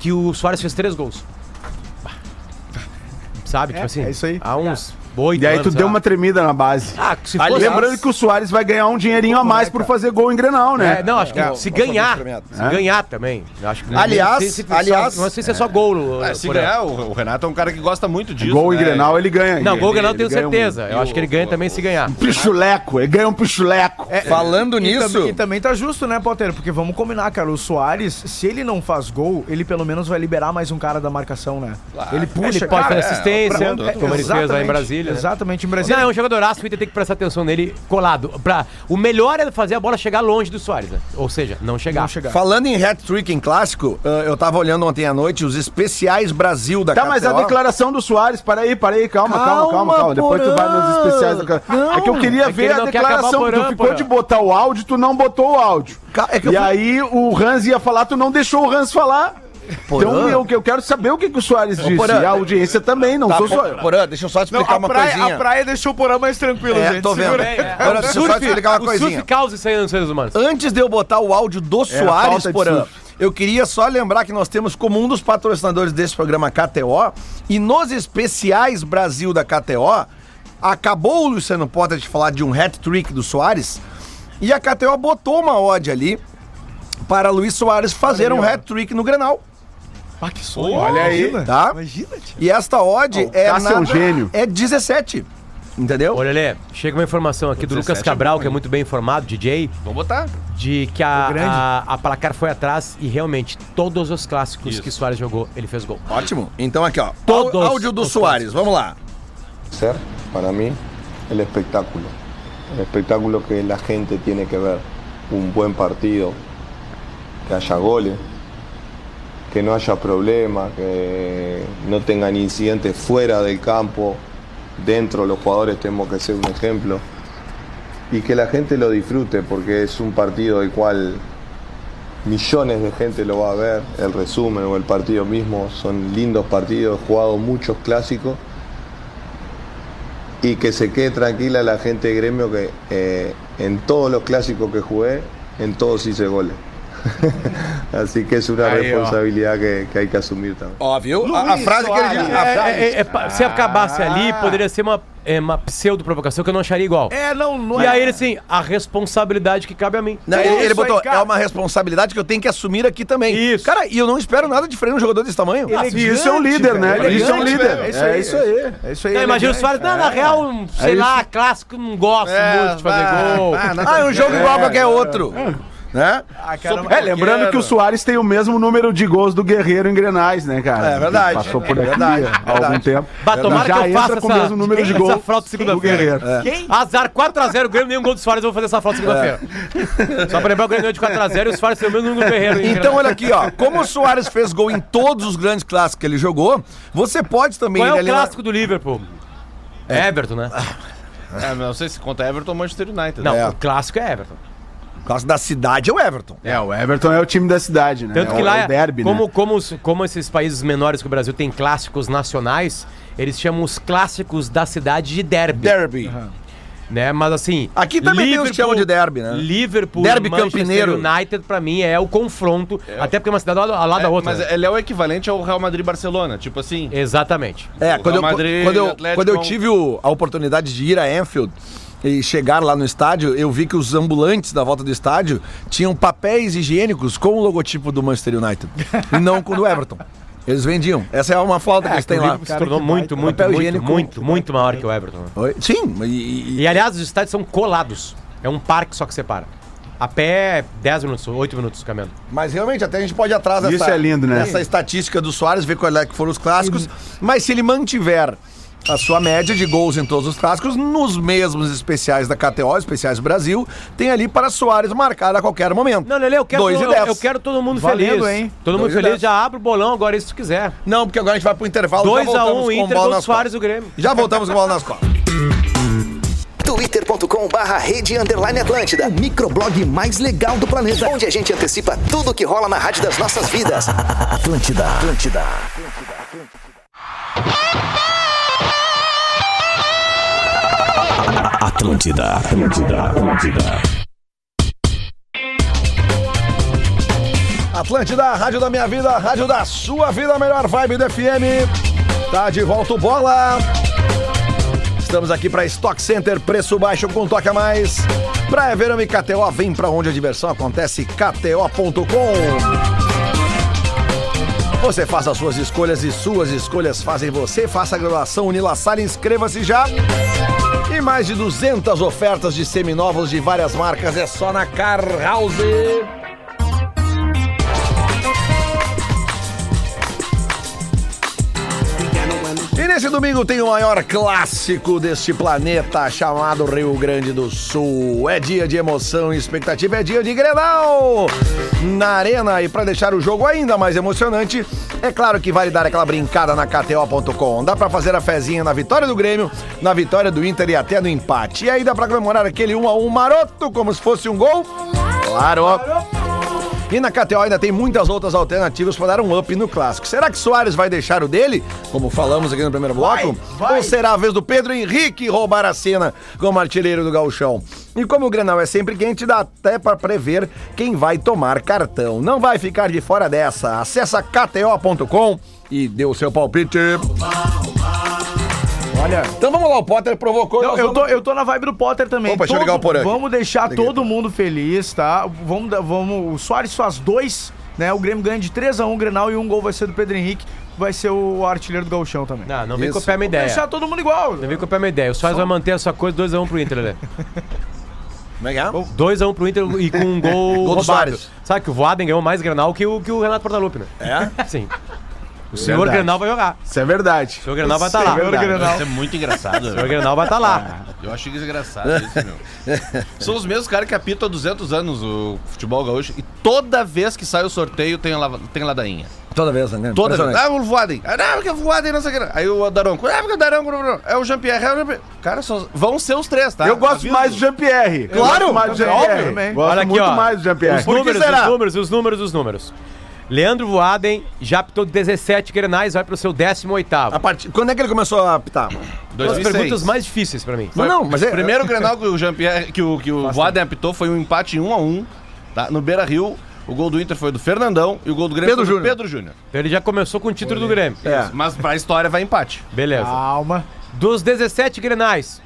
que o Soares fez três gols. Sabe? tipo assim. é isso aí. Há uns oito E aí tu anos, sei deu lá. uma tremida na base. Ah, se Ah, fosse... Lembrando que o Soares vai ganhar um dinheirinho a mais por fazer gol em Grenal, né? É, não, acho que É, se vou fazer ganhar, premiado. se ganhar também. eu Acho que Aliás, não sei se- se- aliás- não sei se é só gol. Ah, eh, se por aí. ganhar, o o Renato é um cara que gosta muito disso. gol em né? Grenal ele ganha. Não, gol Ele- Grenal eu ele tenho ganha um- certeza. Eu e acho que ele o- ganha o- também se ganhar. Pichuleco, ele ganha um pichuleco. É, Falando e nisso- Também, e também tá justo, né, Potter? Porque vamos combinar, cara. O Soares, se ele não faz gol, ele pelo menos vai liberar mais um cara da marcação, né? Ele puxa, Ele pode cara, fazer é, assistência, pra- é, como ele fez lá em exatamente, Brasília. né? Exatamente, em Brasília. Não, é um jogador aço, o Inter tem que prestar atenção nele colado. Pra, o melhor é fazer a bola chegar longe do Soares, né? Ou seja, não chegar. Não chegar. Falando em hat-trick em clássico, ah, eu tava olhando ontem à noite os especiais Brasil da Tá, mas a KTO. declaração do Soares, para aí, para aí, calma, calma, Calma, calma, calma. Depois tu vai nos Porã. especiais da declaração. É que eu é queria que ver ele a não quer acabar declaração. Porã, tu ficou Porã. de botar o áudio, tu não botou o áudio. Ca- é que eu e fui- aí o Hans ia falar, tu não deixou o Hans falar. Então eu, eu quero saber o que, que o Soares disse. Porã, e a audiência também, não Tá, sou só por, eu. Porã, deixa eu só te explicar uma coisinha. deixou o Porã mais tranquilo, É, tô vendo. Segura aí. Porã, deixa eu só te explicar uma o surf coisinha. causa isso aí nos seres humanos. Antes de eu botar o áudio do Soares, falta de Porã, surf. eu queria só lembrar que nós temos como um dos patrocinadores desse programa KTO e nos especiais Brasil da KTO, acabou o Luciano Potter de falar de um hat-trick do Soares e a KTO botou uma odd ali para Luiz Soares fazer um hat-trick no Grenal, Ah, que sonho. Olha aí. Imagina. tá? Imagina, tia. E esta odd é Cássio é um nada- gênio. é 17. Entendeu? Olha, Lê, chega uma informação aqui do Lucas 17 Cabral, é bom, que é hein? muito bem informado, DJ, Vamos botar. de que O grande. a, a, a placar foi atrás e realmente todos os clássicos Isso. que Soares jogou, ele fez gol. Ótimo. Então aqui, ó. Todos Au- áudio do os Soares, vamos lá. ser, para mí, el espectáculo. El espectáculo que la gente tiene que ver. Un buen partido, que haya goles, que no haya problemas, que no tengan incidentes fuera del campo, dentro los jugadores tenemos que ser un ejemplo. Y que la gente lo disfrute, porque es un partido del cual millones de gente lo va a ver, el resumen o el partido mismo, son lindos partidos, he jugado muchos clásicos y que se quede tranquila la gente de gremio que eh, en todos los clásicos que jugué, en todos hice goles. (laughs) Así que es una Ahí va. responsabilidad que, que hay que asumir también. Oh. Ó, viu? A, a frase que ele Ah, Soares. diz. É, a- é, é, é, pa- se acabasse ali, poderia ser uma, é, uma pseudo-provocação que eu não acharia igual. É, não, não e aí ele assim, a responsabilidade que cabe a mim. Não, ele, isso ele botou, aí, cara. é uma responsabilidade que eu tenho que assumir aqui também. Isso. Cara, e eu não espero nada de freio um jogador desse tamanho. isso é um líder, né? velho, Isso é um elegante, líder. velho, É isso aí. É isso aí. Não, imagina o elegante. Soares, não, É. na real, um, sei lá, clássico, não gosto muito de fazer gol. Ah, é um jogo igual a qualquer outro. Né? Ah, cara, É, lembrando que o Soares tem o mesmo número de gols do Guerreiro em Grenais, né, cara? É verdade. Passou por É aqui verdade, há algum verdade. tempo. Bah, tomara Já que eu faça entra com o essa- mesmo número de essa É. gols fraude do segunda-feira. Guerreiro. Azar 4x0, o Grêmio nenhum gol do Soares, eu vou fazer essa falta segunda-feira. É. Só pra lembrar, o Grêmio ganhou de 4x0 e o Soares tem o mesmo número do Ferreiro. hein, Então, cara? olha aqui, ó. Como o Soares fez gol em todos os grandes clássicos que ele jogou, você pode também. assim, Qual é o ele ali- clássico do Liverpool? É Everton, né? Ah, É, não sei se conta Everton ou Manchester United. Não, né? o clássico é Everton. clássico da cidade é o Everton. É, o Everton é o time da cidade, né? Tanto É que o- lá, é o derby, como, né? como, os- como esses países menores que o Brasil tem clássicos nacionais, eles chamam os clássicos da cidade de derby. Derby. né? Mas assim. Aqui também tem os que chamam de derby, né? Liverpool Derby e Manchester campineiro. United, pra mim, é o confronto. Até porque é uma cidade ao ao lado da É, outra. Mas né? ele é o equivalente ao Real Madrid e Barcelona. Tipo assim, Exatamente. É, O quando eu, Real Madrid, quando, eu, Atlético- é um- quando eu tive o- a oportunidade de ir a Anfield e chegar lá no estádio, eu vi que os ambulantes da volta do estádio tinham papéis higiênicos com o logotipo do Manchester United (laughs) e não com o do Everton. Eles vendiam. Essa é uma falta que eles têm o lá. Liverpool se tornou muito, muito, Papel muito, higiênico. muito, muito, maior que o Everton. né? Oi? Sim, e, e- E aliás, os estádios são colados. É um parque só que separa. A pé, 10 minutos, 8 minutos caminhando. mas realmente até a gente pode ir atrás Isso é lindo, né? dessa estatística do Soares, ver qual é que foram os clássicos. Mas se ele mantiver a sua média de gols em todos os clássicos, nos mesmos especiais da KTO, especiais Brasil, tem ali para Soares marcar a qualquer momento. Não, Lele, eu quero, Dois e eu, dez. eu quero todo mundo Valendo, feliz. hein? Todo mundo Dois e feliz, dez. já abre o bolão agora aí, se tu quiser. Não, porque agora a gente vai pro intervalo. já 2x1 voltamos com Inter bola contra nas Soares costas. e o Grêmio. Já voltamos com bola nas costas. twitter.com barra rede underline Atlântida, o microblog mais legal do planeta, onde a gente antecipa tudo que rola na rádio das nossas vidas. Atlântida, Atlântida. Atlântida, Atlântida, Atlântida. Atlântida, a rádio da minha vida, a rádio da sua vida, a melhor vibe do FM. Tá de volta o bola. Estamos aqui para Stock Center, preço baixo com toque a mais. Praia Verão e KTO, vem pra onde a diversão acontece, kto.com. Você faz as suas escolhas e suas escolhas fazem você. Faça a graduação Unila Sala, inscreva-se já. E mais de 200 ofertas de seminovos de várias marcas é só na Car House. E nesse domingo tem o maior clássico deste planeta, chamado Rio Grande do Sul. É dia de emoção e expectativa, é dia de Grenal na arena. E para deixar o jogo ainda mais emocionante, é claro que vale dar aquela brincada na KTO.com. Dá para fazer a fezinha na vitória do Grêmio, na vitória do Inter e até no empate. E aí dá para comemorar aquele 1 a 1 maroto como se fosse um gol. claro. E na KTO ainda tem muitas outras alternativas para dar um up no clássico. Será que Soares vai deixar o dele, como falamos aqui no primeiro bloco? Ou será a vez do Pedro Henrique roubar a cena como artilheiro do gauchão? E como o Grenal é sempre quente, dá até para prever quem vai tomar cartão. Não vai ficar de fora dessa. Acessa kto.com e dê o seu palpite. Olha. Então vamos lá, o Potter provocou. Não, nós eu, vamos- tô, eu tô na vibe do Potter também. Opa, deixa eu Todo- ligar o porão aqui. Vamos deixar Liguei. todo mundo feliz, tá? Vamos, dar- vamos, o Soares faz dois, né? O Grêmio ganha de 3x1 o Grenal e um gol vai um ser do Pedro Henrique. vai ser o artilheiro do gauchão também. Não, não vem Isso. copiar minha é ideia. Deixar todo mundo igual. Não vem copiar minha ideia. O Soares vai manter a sua coisa 2x1 pro Inter, (laughs) Lelê. Como é que é? 2x1 pro Inter e com um gol Gol do roubado. Soares. Sabe que o Voaden ganhou mais Grenal que o, que o Renato Portaluppi, né? É? Sim. O senhor Verdade. Grenal vai jogar. Isso é verdade. O senhor Grenal vai estar lá. O senhor Grenal- Isso é muito engraçado. o senhor Grenal vai estar lá. É. Eu acho engraçado isso, meu. São os mesmos caras que apitam há 200 anos o futebol gaúcho e toda vez que sai o sorteio tem, lava- tem ladainha. Toda vez, né? Toda vez. Impressionante. Ah, o Voaden. Ah, não, porque o Voaden não sei o que. Aí o Daronco. Ah, porque o Daronco. não, não. É o Jean-Pierre. É o Jean-Pierre. Cara, só- vão ser os três, tá? Eu gosto Aviso. mais do Jean-Pierre. Eu Claro, gosto mais do óbvio. Jean-Pierre. Gosto Olha aqui, muito ó. mais do Jean-Pierre. Os números, os números, os números, os números. Leandro Voaden já apitou 17 Grenais, vai pro seu 18º. A part... Quando é que ele começou a apitar? As 2006. perguntas mais difíceis pra mim. Mas não, mas é. O primeiro Grenal que o Jean-Pierre, que o, que o Voaden apitou foi um empate em 1 a 1 tá? No Beira Rio. O gol do Inter foi do Fernandão e o gol do Grêmio Pedro foi do Júnior. Pedro Júnior. Então, Ele já começou com o título do Grêmio. É. Ah. Mas pra história vai empate. Beleza. Calma. Dos 17 grenais,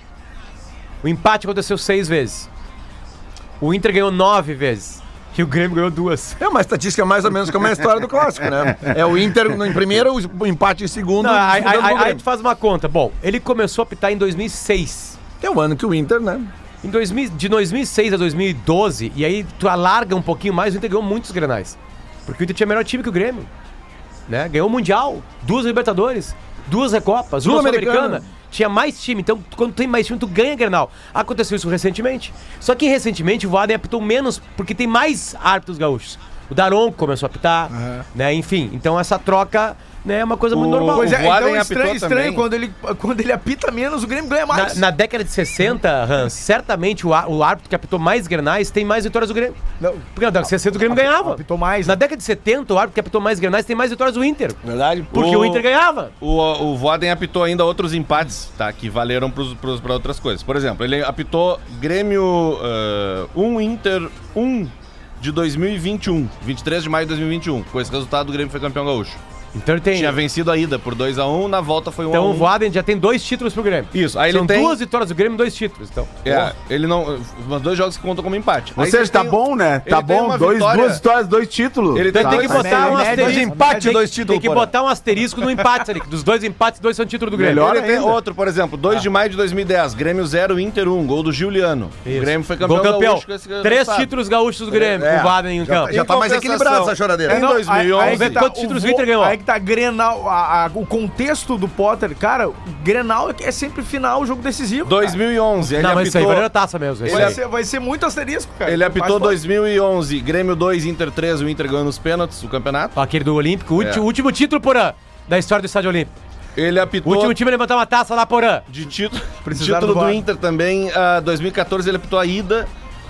o empate aconteceu seis vezes. O Inter ganhou nove vezes. E o Grêmio ganhou duas. É uma estatística mais ou menos como é a história do clássico, né? É o Inter no- em primeiro, o empate em segundo. Não, aí, aí- disputando com o aí- aí Grêmio. tu faz uma conta. Bom, ele começou a pitar em 2006. Que é o ano que o Inter, né? Em 2000, de 2006 a 2012, e aí tu alarga um pouquinho mais, o Inter ganhou muitos grenais. Porque o Inter tinha melhor time que o Grêmio. Né? Ganhou o Mundial, duas Libertadores, duas Recopas, uma Sul-Americana. Sul-Americana. Tinha mais time, então quando tem mais time, tu ganha Grenal. Aconteceu isso recentemente. Só que recentemente o Vaden apitou menos, porque tem mais árbitros gaúchos. O Daronco começou a apitar, né? Enfim, então essa troca né, é uma coisa muito normal. Pois o é, Voaden então apitou estranho, estranho também. quando ele, (laughs) quando ele apita menos, o Grêmio ganha Na, mais. na década de 60, Hans, certamente o, á- o árbitro que apitou mais grenais tem mais vitórias do Grêmio. Não. Porque na década de 60 o Grêmio ganhava. apitou mais, Na né? década de 70, o árbitro que apitou mais grenais tem mais vitórias do Inter. Verdade? Porque o, Inter ganhava. O, o Voaden apitou ainda outros empates, tá? Que valeram para outras coisas. Por exemplo, ele apitou Grêmio 1 Inter 1 de 2021, 23 de maio de 2021. Com esse resultado, o Grêmio foi campeão gaúcho. Então ele tem. Tinha vencido a ida por 2 a 1 na volta foi 1 Então a 1 o Voaden já tem dois títulos pro Grêmio. Isso, aí São ele tem. duas vitórias do Grêmio e dois títulos. Então. É, ele não. Os dois jogos que contam como empate. Ou Aí seja, ele tá tem- um- bom, né? ele Tá tem bom. uma Dois, vitória. Duas vitórias, dois títulos. Ele Então Tá, tem que mas botar um média- asterisco. média- empate, tem, dois títulos, Tem que porra. botar um asterisco no empate ali. que Dos dois empates, dois são título do Grêmio. Melhor Ele tem ainda. outro, por exemplo, Ah. 2 de maio de 2010, Grêmio 0, Inter 1, gol do Giuliano. Isso. O Grêmio foi campeão, Gol campeão. com esse Três resultado. títulos gaúchos do Grêmio, É. com o Vaden em campo. Já tá Então, mais equilibrado essa choradeira. Em Não, aí- 2011, aí que tá, Quantos títulos o o Inter ganhou? Aí que tá Grenal, a- a- o contexto do Potter, cara, o Grenal é sempre final, o jogo decisivo. 2011, ele Não, mas isso aí apitou- vai na taça mesmo. isso Vai aí. ser, vai ser muito asterisco, cara. Ele apitou Mas, 2011, Grêmio 2, Inter 3, o Inter ganhando os pênaltis, o campeonato. Aquele do Olímpico, o É. ulti- último título, Porã, da história do Estádio Olímpico. Ele O apitou último time a levantar uma taça lá, Porã. de (laughs) título, Precisaram título do do VAR. Inter também. ah, 2014 ele apitou a ida,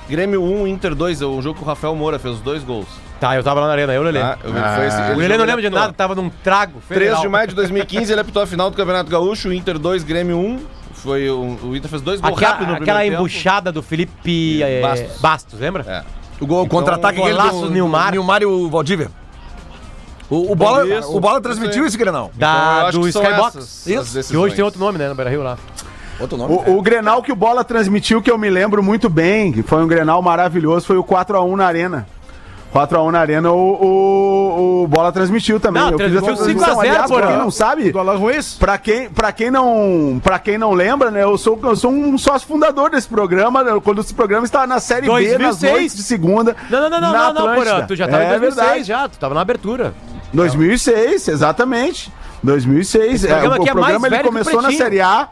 Grêmio 1, Inter 2, é um jogo que o Rafael Moura fez os dois gols. Tá, eu tava lá na arena, eu, Lelê. tá? Eu- foi esse- É. Ah. o ele Lelê não jogou- lembra de nada, tava num trago 3 federal. de maio de 2015 ele apitou a final do Campeonato Gaúcho, Inter 2, Grêmio 1. Foi, um, o, o Inter fez dois gols rápidos Aquela, no primeiro aquela tempo. embuchada do Felipe eh, Bastos. Bastos. lembra? É. O gol, o contra-ataque Então, aquele golaço do Nilmar. Nilmar e o Valdívia. O, o bola, Isso, o bola isso transmitiu aí. esse Grenal. Então, eu Da, acho do que são Skybox. essas Isso. as Que hoje decisões. tem outro nome, né, no Beira-Rio lá. Outro nome. O, o Grenal que o Bola transmitiu, que eu me lembro muito bem, que foi um Grenal maravilhoso, foi o 4x1 na Arena. 4x1 na Arena, o, o, o Bola transmitiu também. Não, transmitiu 5 a 0, Aliás, pra porra. quem não sabe, Do Alan Ruiz? pra quem, pra quem, não, pra quem não lembra, né, eu sou, eu sou um sócio fundador desse programa, né, quando esse programa estava na Série B, nas 2006. noites de segunda, Não, não, não, não, na não, não, Atlântida. Porã. Tu já tava é em 2006 verdade. já, tu tava na abertura. 2006, exatamente. 2006. Esse programa é, o aqui é mais programa ele velho que o começou na Pretinho. Série A.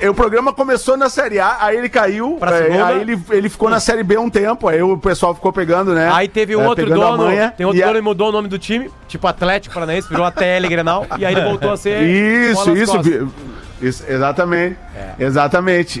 É, O programa começou na Série A, aí ele caiu, Pra é, segunda. aí ele, ele ficou na Série B um tempo, aí o pessoal ficou pegando, né? Aí teve um é, outro pegando a dono, manha, tem outro e a- dono que mudou o nome do time, tipo Atlético Paranaense, virou ATL Grenal, e aí ele voltou a ser bola Isso, nas É. isso, costas. vi- isso, exatamente. Exatamente. E-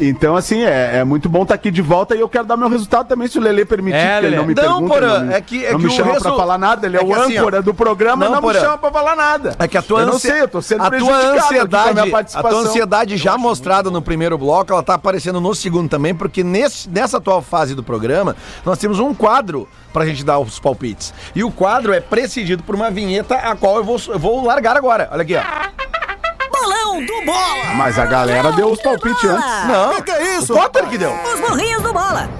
e- e- então, assim, é, é muito bom estar aqui de volta e eu quero dar meu resultado também, se o Lelê permitir, É, porque Lelê. ele não me Não, pergunta. Porã, não me, é que- é não que me o chama resu- pra falar nada, ele é, é que o assim, ó. âncora do programa, Não, não, Porã. me chama pra falar nada. É que a tua, eu não ansie- sei, eu tô sendo a tua prejudicado aqui com ansiedade, minha a tua participação. ansiedade já mostrada no primeiro bloco, ela tá aparecendo no segundo também, porque nesse, nessa atual fase do programa, nós temos um quadro pra gente dar os palpites. E o quadro é precedido por uma vinheta a qual eu vou, eu vou largar agora. Olha aqui, ó. Bolão do Bola! Mas a galera deu os Bolão do palpites Bola! antes. Não, que é isso? O Potter que deu. Os burrinhos do Bola!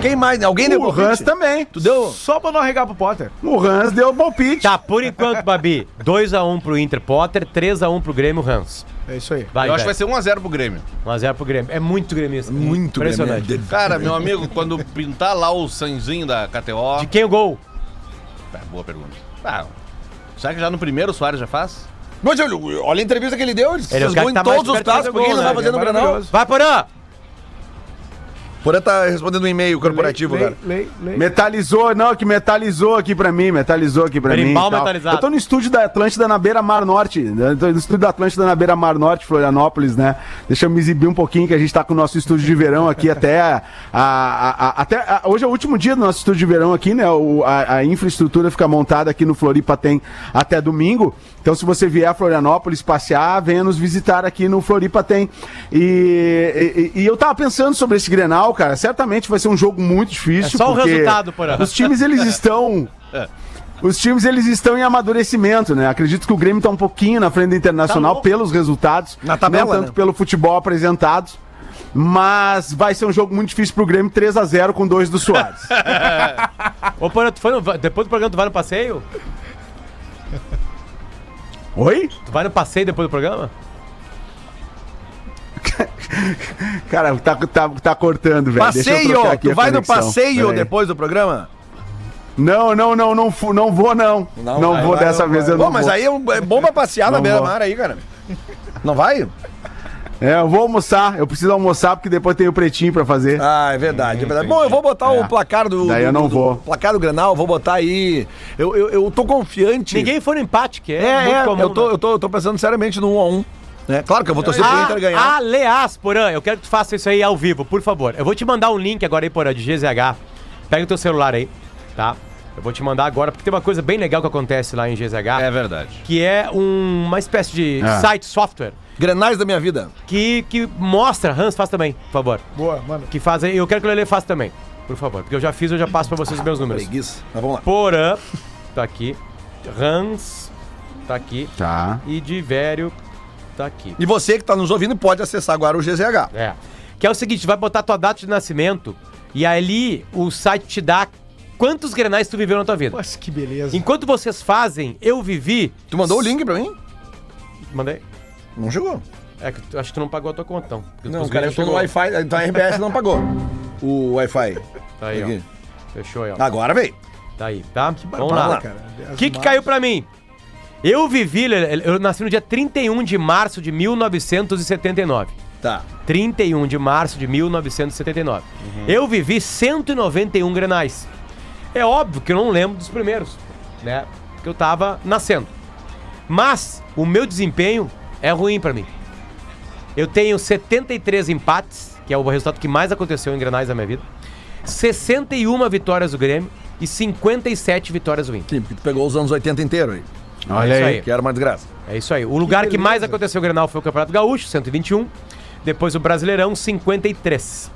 Quem mais? Alguém deu O Hans palpite? também. Tu deu? Só pra não arregar pro Potter. O Hans deu o palpite. Tá, por enquanto, Babi, 2x1 pro Inter Potter, 3x1 pro Grêmio Hans. É isso aí. Vai, Eu acho que vai. vai ser 1x0 pro Grêmio. 1x0 pro Grêmio. É muito gremista. Muito Impressionante. gremista. Cara, meu amigo, quando pintar lá o sanzinho da KTO. De quem o gol? É, boa pergunta. Ah, será que já no primeiro o Soares já faz? Mas olha, olha a entrevista que ele deu. Ele, Ele é o fez cara gol que tá em mais todos os perto de fazer clássicos. Por que gol, ele não tá vai né? fazer Ele no é Granal? Vai, Porã! Porã tá respondendo um e-mail corporativo, lei, cara. lei, lei. Metalizou, não, que metalizou aqui pra mim, metalizou aqui pra mim. Berimbau e tal. metalizado. Eu tô no estúdio da Atlântida na Beira Mar Norte. né? Tô no estúdio da Atlântida na Beira Mar Norte, Florianópolis, né? Deixa eu me exibir um pouquinho, que a gente tá com o nosso estúdio de verão aqui até. a- a- a- até a- hoje é o último dia do nosso estúdio de verão aqui, né? O- a, a infraestrutura fica montada aqui no Floripa tem até domingo. Então, se você vier a Florianópolis passear, venha nos visitar aqui no Floripa tem. E, e- e eu tava pensando sobre esse Grenal, cara. Certamente vai ser um jogo muito É difícil. só o porque resultado, Porã. Os (laughs) times eles estão. Os times eles estão em amadurecimento, né? Acredito que o Grêmio está um pouquinho na frente do Internacional pelos resultados, Tá Na tabela, não tanto né? pelo futebol apresentado. Mas vai ser um jogo muito difícil pro Grêmio 3 a 0 com dois (laughs) do Soares. Ô, Porã, tu foi no... depois do programa tu vai no passeio? Oi? Tu vai no passeio depois do programa? Cara, tá, tá, tá cortando, velho. Deixa eu Passeio! trocar aqui Tu a vai no conexão. passeio Peraí. depois do programa? Não, não, não, não, fu- não vou não. Não, vai, vou vai, dessa não vez vai. eu Pô, não mas vou. aí é um- é bom pra passear na Não beira-mar aí, cara. Não vai? É, eu vou almoçar, eu preciso almoçar porque depois tem o pretinho pra fazer. Ah, é verdade, é verdade. Bom, eu vou botar o É. placar do. Daí eu do- não do- vou. do placar do Grenal, vou botar aí. Eu, eu, eu tô confiante. Ninguém foi no empate, que é, É, muito é, comum. eu, tô, né? eu, tô, eu tô pensando seriamente no 1x1. Né? Claro que eu vou torcer pro Inter ganhar. Ah, aliás, Porã, eu quero que tu faça isso aí ao vivo, por favor. Eu vou te mandar um link agora aí, Porã, de GZH. Pega o teu celular aí, tá? Eu vou te mandar agora, porque tem uma coisa bem legal que acontece lá em GZH, É verdade. que é um- uma espécie de Ah. site software Grenais da minha vida. que, que mostra. Hans, faz também, por favor. Boa, mano. Que faz aí. Eu quero que o Lele faça também, por favor. Porque eu já fiz, eu já passo pra vocês os meus números. Preguiça. Mas vamos lá. Porã, tá aqui. Hans, tá aqui. Tá. E Divério, tá aqui. E você que tá nos ouvindo pode acessar agora o GZH. É. Que é o seguinte, vai botar tua data de nascimento e ali o site te dá quantos grenais tu viveu na tua vida. Nossa, que beleza. Enquanto vocês fazem, eu vivi. Tu mandou o link pra mim? Mandei. Não chegou. É que tu- acho que tu não pagou a tua conta, então. Porque Não, os cara, eu gringos tô no chegou. Wi-Fi, então a RBS não pagou o Wi-Fi. Tá aí, Aqui. ó. Fechou aí, ó. Agora vem. Tá aí, tá? Vamos barbada, lá. O que, que caiu pra mim? Eu vivi, Lelê, eu nasci no dia 31 de março de 1979. Tá. 31 de março de 1979. Eu vivi 191 grenais. É óbvio que eu não lembro dos primeiros, né? Porque eu tava nascendo. Mas o meu desempenho é ruim pra mim. Eu tenho 73 empates, que é o resultado que mais aconteceu em grenais na minha vida. 61 vitórias do Grêmio e 57 vitórias do Inter. Sim, porque tu pegou os anos 80 inteiro aí. Olha isso aí. aí. Que era uma desgraça. É isso aí. O lugar que, mais aconteceu o Grenal foi o Campeonato Gaúcho, 121. Depois o Brasileirão, 53.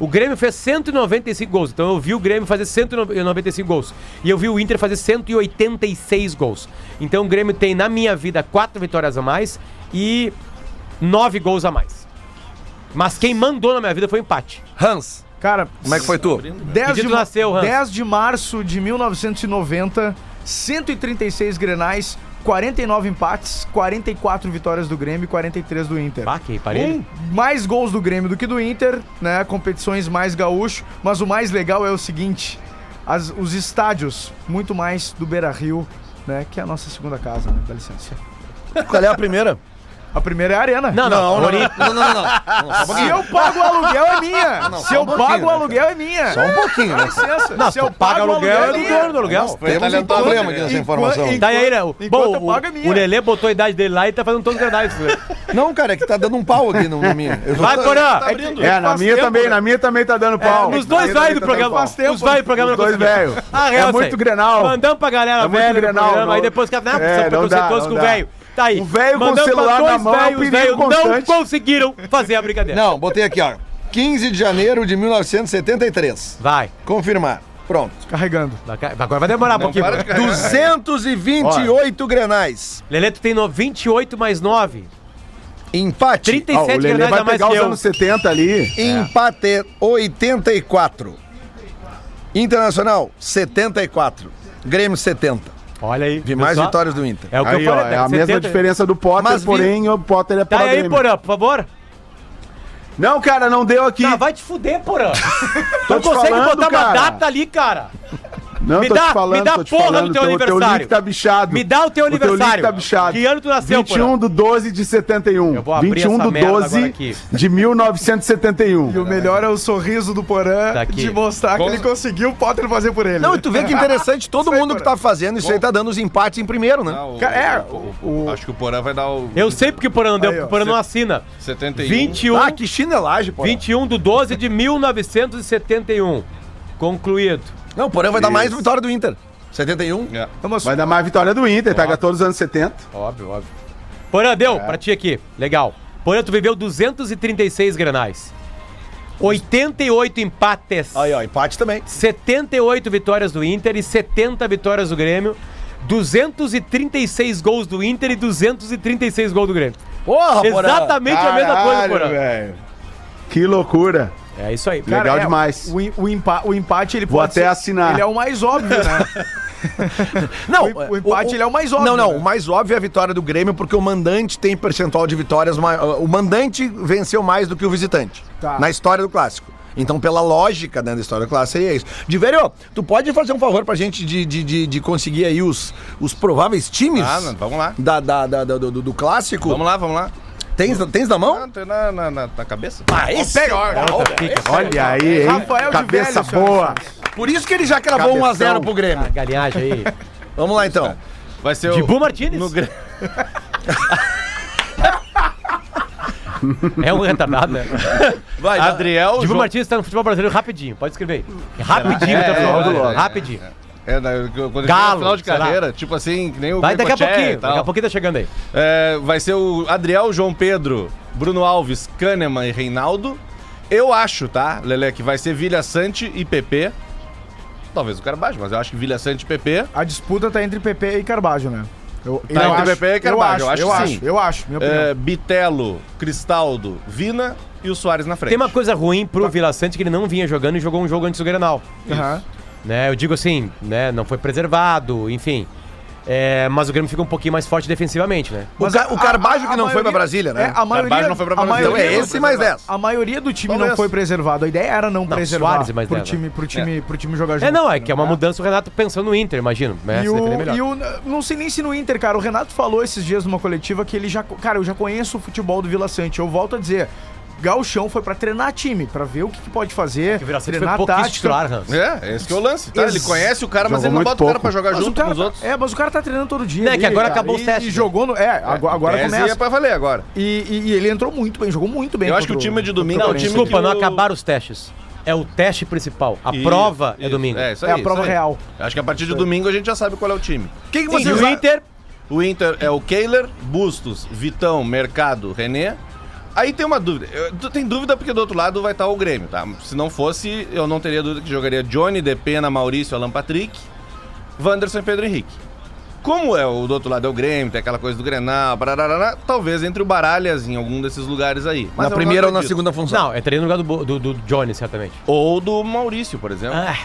O Grêmio fez 195 gols. Então eu vi o Grêmio fazer 195 gols. E eu vi o Inter fazer 186 gols. Então o Grêmio tem, na minha vida, quatro vitórias a mais e nove gols a mais. Mas quem mandou na minha vida foi o empate. Hans, Cara, como é que foi tu? 10 Que dia de, tu nasceu, Hans? 10 de março de 1990, 136 grenais, 49 empates, 44 vitórias do Grêmio e 43 do Inter. Um, Ah, que parei. Mais gols do Grêmio do que do Inter, né? Competições mais gaúcho, mas o mais legal é o seguinte: as- os estádios, muito mais do Beira Rio, né? Que é a nossa segunda casa, né? Dá licença. Qual é a primeira? A primeira é a Arena. Não, não, não. Não, não, não. não. Não, só um Se pouquinho. eu pago o aluguel é minha. Se só um eu pago pouquinho, o né, aluguel é minha. Só um pouquinho, né? Licença. Se eu Paga pago o aluguel, é aluguel, do é dono do minha. aluguel. Temos um problema aqui nessa informação. enquanto- Daí aí, né, o- enquanto bom, eu pago é o, minha. o Lelê botou a idade dele lá e tá fazendo todos os grenais. Não, cara, é que tá dando um pau aqui no, no minha. Eu tô- Vai, Porã! É, na Faz minha tempo, também, né? na minha também tá dando pau. É, nos dois Na minha vai do também tá programa. dando pau. Faz tempo, os vai do programa Os não dois conseguiu. velho. Ah, é eu sei. muito Grenal. Mandamos pra galera É muito velha do Grenal, programa, não- aí depois que a É, é, não dá, preconceituoso não com o dá. velho. Tá aí. O velho com o Mandamos pra celular na dois mão, velhos, perigo velhos não constante. conseguiram fazer a brincadeira. Não, botei aqui, ó. 15 de janeiro de 1973. Vai. Confirmar. Pronto. Carregando. Agora vai demorar um pouquinho. para de cair. 228 grenais. Lelê, tu tem no 28 mais 9. Empate. É. Ó, o 37 Lelê grenais vai a mais pegar que os eu. anos 70 ali. Empate 84. Internacional, 74. Grêmio, 70. Olha aí. Vi mais pessoal. vitórias do Inter. É o que Aí, eu ó, falei, é a 70. mesma diferença do Potter, Mas vi- porém o Potter é Tá aí, pró-Grêmio. Porã, por favor. Não, cara, não deu aqui. Tá, vai te fuder, Porã. Tô Não te consegue falando, botar uma cara. data ali, cara. Não, Me tô dá- te me falando, dá tô te porra do teu falando, teu- Teu aniversário. link tá bichado. Me dá o teu O teu aniversário. link tá bichado. Que ano tu nasceu, 21 porra? do 12 de 71. Eu vou abrir 21 essa do merda agora 12 aqui. de E 1971. o melhor é o sorriso do Porã Tá aqui. de mostrar que ele conseguiu o Potter fazer por ele. Não, e tu vê que interessante, todo mundo que tá fazendo isso aí tá dando os empates em primeiro, né? Cara, é, o- Acho que Ah, o Porã vai dar o Eu sei porque o Porã não deu, Aí, ó, porque o Porã não assina. 71. 21, Ah, que chinelagem, pô. 21 do 12 de 1971. Concluído. Não, porém vai dar mais vitória do Inter. 71. É. Vamos- Vai dar mais vitória do Inter, tá? 14 anos 70. Óbvio, óbvio. Porã, deu pra ti aqui. Legal. Porã, tu viveu 236 granais. 88 empates. Aí, ó, empate também. 78 vitórias do Inter e 70 vitórias do Grêmio. 236 gols do Inter e 236 gols do Grêmio. Porra, Exatamente é a mesma coisa, Caralho, Porã. velho. Que loucura. É isso aí. Cara, Legal é, demais. O, em- o empa- o empate, ele Vou pode até assinar. Ele é o mais óbvio, né? Não, O- o empate, ele é o mais óbvio, Não, não, né? o mais óbvio é a vitória do Grêmio, porque o mandante tem percentual de vitórias. mai- O mandante venceu mais do que o visitante Tá. na história do clássico. Então, pela lógica né, da história do clássico, seria isso. Diverio, tu pode fazer um favor pra gente de, de, de, de conseguir aí os, os prováveis times Ah, não, vamos lá. da, da, da- da- do, do- do clássico? Vamos lá, vamos lá. Tens, tens na Ah, mão? tem na, na, na, na cabeça? Ah, esse é o cara. Olha aí, hein? Rafael de Cabeça Velho, boa. Por isso que ele já cravou Cabeção. 1x0 pro Grêmio. Galinhagem aí. É. Vamos lá, então. Vai ser De o... Bu Martínez. No Grêmio. É um retardado, (laughs) né? Vai, dá- Adriel, Dibu João- Martins tá no futebol brasileiro rapidinho, pode escrever aí. Rapidinho, É, tá no é, futebol é, brasileiro, é, é, rapidinho. É, na, Galo, quando Galo, final de sei lá. carreira, tipo assim, que nem o Vai daqui a Goicoechea e pouquinho, tal. daqui a pouquinho tá chegando aí. É, vai ser o Adriel, João Pedro, Bruno Alves, Kahneman e Reinaldo. Eu acho, tá, Lele, que vai ser Vilha Sante e PP. Talvez o cara baixe, mas eu acho que Vilha Sante e PP. A disputa tá entre PP e Carbajo, né? Eu, entre PP e Carbajo, eu acho eu que acho, sim. eu acho, minha opinião. É, Bitelo, Cristaldo, Vina e o Soares na frente. Tem uma coisa ruim Tá. pro Vila Sante que ele não vinha jogando e jogou um jogo antes do Grenal. Aham. Né? Eu digo assim, né? Não foi preservado, enfim. É, mas o Grêmio fica um pouquinho mais forte defensivamente, né? O, Ca- o Carbajo a- que a não foi pra maioria- Brasília, né? É, a maioria, não foi pra a Brasília. Então maioria, é esse mais 10. A maioria do time Talvez. não foi preservado. A ideia era não, preservar Suárez e mais pro, dez, né? time, pro, time, pro time jogar junto. É, não, é que é uma né? mudança o Renato pensando no Inter, imagino. Né? E Se defender o, melhor. e o- não sei nem se no Inter, cara, o Renato falou esses dias numa coletiva que ele já, cara, eu já conheço o futebol do Vila Sante. Eu volto a dizer, Galchão foi pra treinar time, pra ver o que, que pode fazer, É O Vila Sante foi treinar pouquíssimo tática. titular, né? Hans. É, esse que é o lance, tá? Ele Ex- conhece o cara, mas Jogou ele não muito bota o pouco. cara pra jogar Mas o junto cara com os tá- outros. É, mas o cara tá treinando todo dia. Não, é ali, que agora cara, acabou os e- testes, E né? jogou no. É, agora, agora Tese começa. é pra valer agora. E, e- e ele entrou muito bem, jogou muito bem. Eu acho que o contra time de domingo Não, é o time desculpa, que não o- acabaram os testes. É o teste principal. A Isso, prova é isso. domingo. É, isso aí, É a prova isso aí. real. Acho que a partir de domingo a gente já sabe qual é o time. Quem que E vocês o a- Inter O Inter é o Kehler, Bustos, Vitão, Mercado, René. Aí tem uma dúvida. Eu- tu tem dúvida porque do outro lado vai estar o Grêmio, tá? Se não fosse, eu não teria dúvida que jogaria Johnny, Depena, Maurício, Alan Patrick, Wanderson e Pedro Henrique. Como é o do outro lado é o Grêmio, tem aquela coisa do Grenal, bararará, talvez entre o Baralhas em algum desses lugares aí. Mas Na é eu não primeira ou na acredito. segunda função? um Não, entraria no lugar do, Bo- do, do Johnny, certamente. Ou do Maurício, por exemplo. Ah,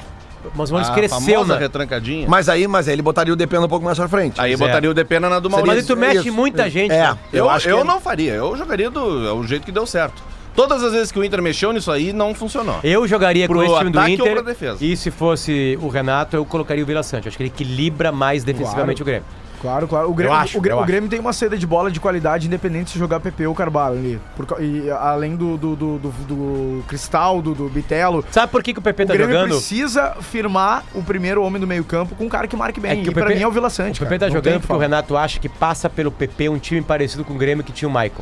mas o Jones Então, A cresceu, famosa né? retrancadinha. Mas aí, mas aí ele botaria o Depena um pouco mais pra frente. Aí Pois botaria o Depena na do Maurício. Mas aí tu mexe isso, muita gente. É, né? Eu, eu, que- não faria, eu jogaria do é o jeito que deu certo. Todas as vezes que o Inter mexeu nisso aí, não funcionou. Eu jogaria com Pro esse time do ataque ou Inter. pra defesa? E se fosse o Renato, eu colocaria o Vila Sante. Acho que ele equilibra mais defensivamente o Grêmio. Claro, claro. O Grêmio, Eu acho, o Grêmio- eu o Grêmio tem uma saída de bola de qualidade, independente se jogar PP ou Carvalho ali. Por ca- e além do, do, do, do, do Cristal, do, do Bitelo. Sabe por que, que o PP O tá Grêmio jogando? precisa firmar o primeiro homem do meio-campo com um cara que marque bem. É que e o pra PP mim é o Vila Sante. O PP tá cara. Não tem jogando que porque o falar. Renato acha que passa pelo PP um time parecido com o Grêmio que tinha o Michael.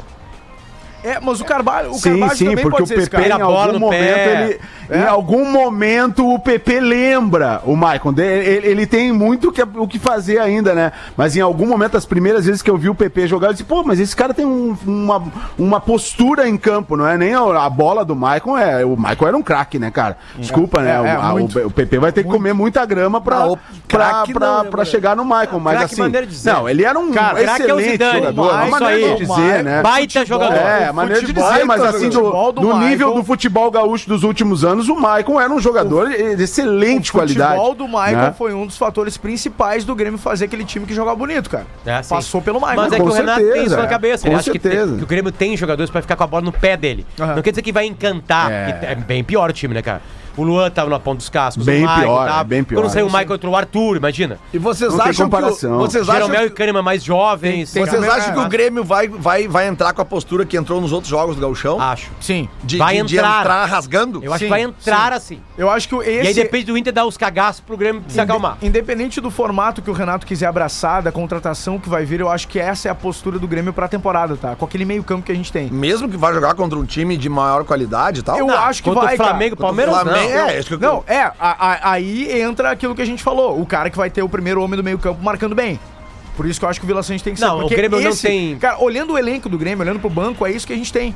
É, mas o Carvalho, o Sim, Carvalho sim, também porque pode o ser esse PP em Pega cara. a bola algum no momento pé. né? ele, em algum momento o PP lembra o Maicon. De- Ele, ele tem muito o que, o que fazer ainda, né? Mas em algum momento as primeiras vezes que eu vi o PP jogar, eu disse, pô, mas esse cara tem um- uma, uma postura em campo, não é nem a, a bola do Maicon, é, o Maicon era um craque, né, cara? Desculpa, né? É, o, é, a- o- muito. o PP vai ter que comer muita grama para Não, o para craque não, né, para mano? chegar no Maicon, mas é, craque, assim, maneira de dizer. não, ele era um Cara, craque é o excelente Zidane, jogador, isso uma maneira aí. de dizer, né? Baita jogador. É, É, maneiro de dizer, Baita mas assim, do, futebol do do Michael. nível do futebol gaúcho dos últimos anos, o Maicon era um jogador de excelente qualidade. O futebol do Michael né? foi um dos fatores principais do Grêmio fazer aquele time que jogava bonito, cara. É, sim. Passou pelo Michael. Mas é que com o Renato tem isso certeza, na é. cabeça. Ele Com acha que, tem- certeza. que o Grêmio tem jogadores pra ficar com a bola no pé dele. Aham. Não quer dizer que vai encantar. É. que É. bem pior o time, né, cara? O Luan tava na ponta dos cascos. Bem o Michael pior, tava. é bem pior. Quando saiu o Michael entrou o Arthur, imagina. E vocês Não tem acham que o, comparação. vocês acham, Jeromel e Kahneman mais jovens. Tem vocês Câmera- acham que o Grêmio vai, vai, vai entrar com a postura que entrou nos outros jogos do Gauchão? Acho. Sim. de, vai de- de entrar. rasgando? Eu acho Sim, que vai entrar assim. Eu acho que esse... E aí depende do Inter dar os cagaços pro Grêmio se acalmar. Inde- Independente do formato que o Renato quiser abraçar, da contratação que vai vir, eu acho que essa é a postura do Grêmio pra temporada, tá? Com aquele meio campo que a gente tem. Mesmo que vá jogar contra um time de maior qualidade e tal? Eu acho que Contra vai, o Flamengo, cara. Palmeiras, Flamengo- não. É, isso que eu- Não, é, a- a- aí entra aquilo que a gente falou, o cara que vai ter o primeiro homem do meio campo marcando bem. Por isso que eu acho que o Vila Sante tem que Não, ser. o porque Grêmio não tem- Cara, olhando o elenco do Grêmio, olhando pro banco, é isso que a gente tem.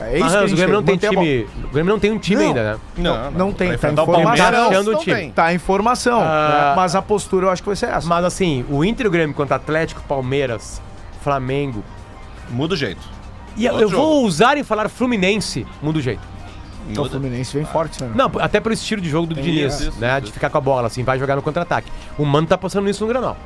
É isso Mas, que a Hans, gente o Grêmio não tem Manter a bola. time. O Grêmio não tem um time Não. ainda, né? Não, Não tem, tá enfrentar o informação. Palmeiras, Tá achando não o time. tem. Tá a informação, Ah. né? mas a postura eu acho que vai ser essa. Mas assim, o Inter e o Grêmio contra Atlético, Palmeiras, Flamengo. Muda o jeito. E eu, Outro eu vou ousar em falar Fluminense, muda o jeito. Então, o Fluminense vem forte, né? Não, até pelo estilo de jogo do Diniz, isso, né? isso. De ficar com a bola, assim, vai jogar no contra-ataque. O Mano tá passando isso no Granal.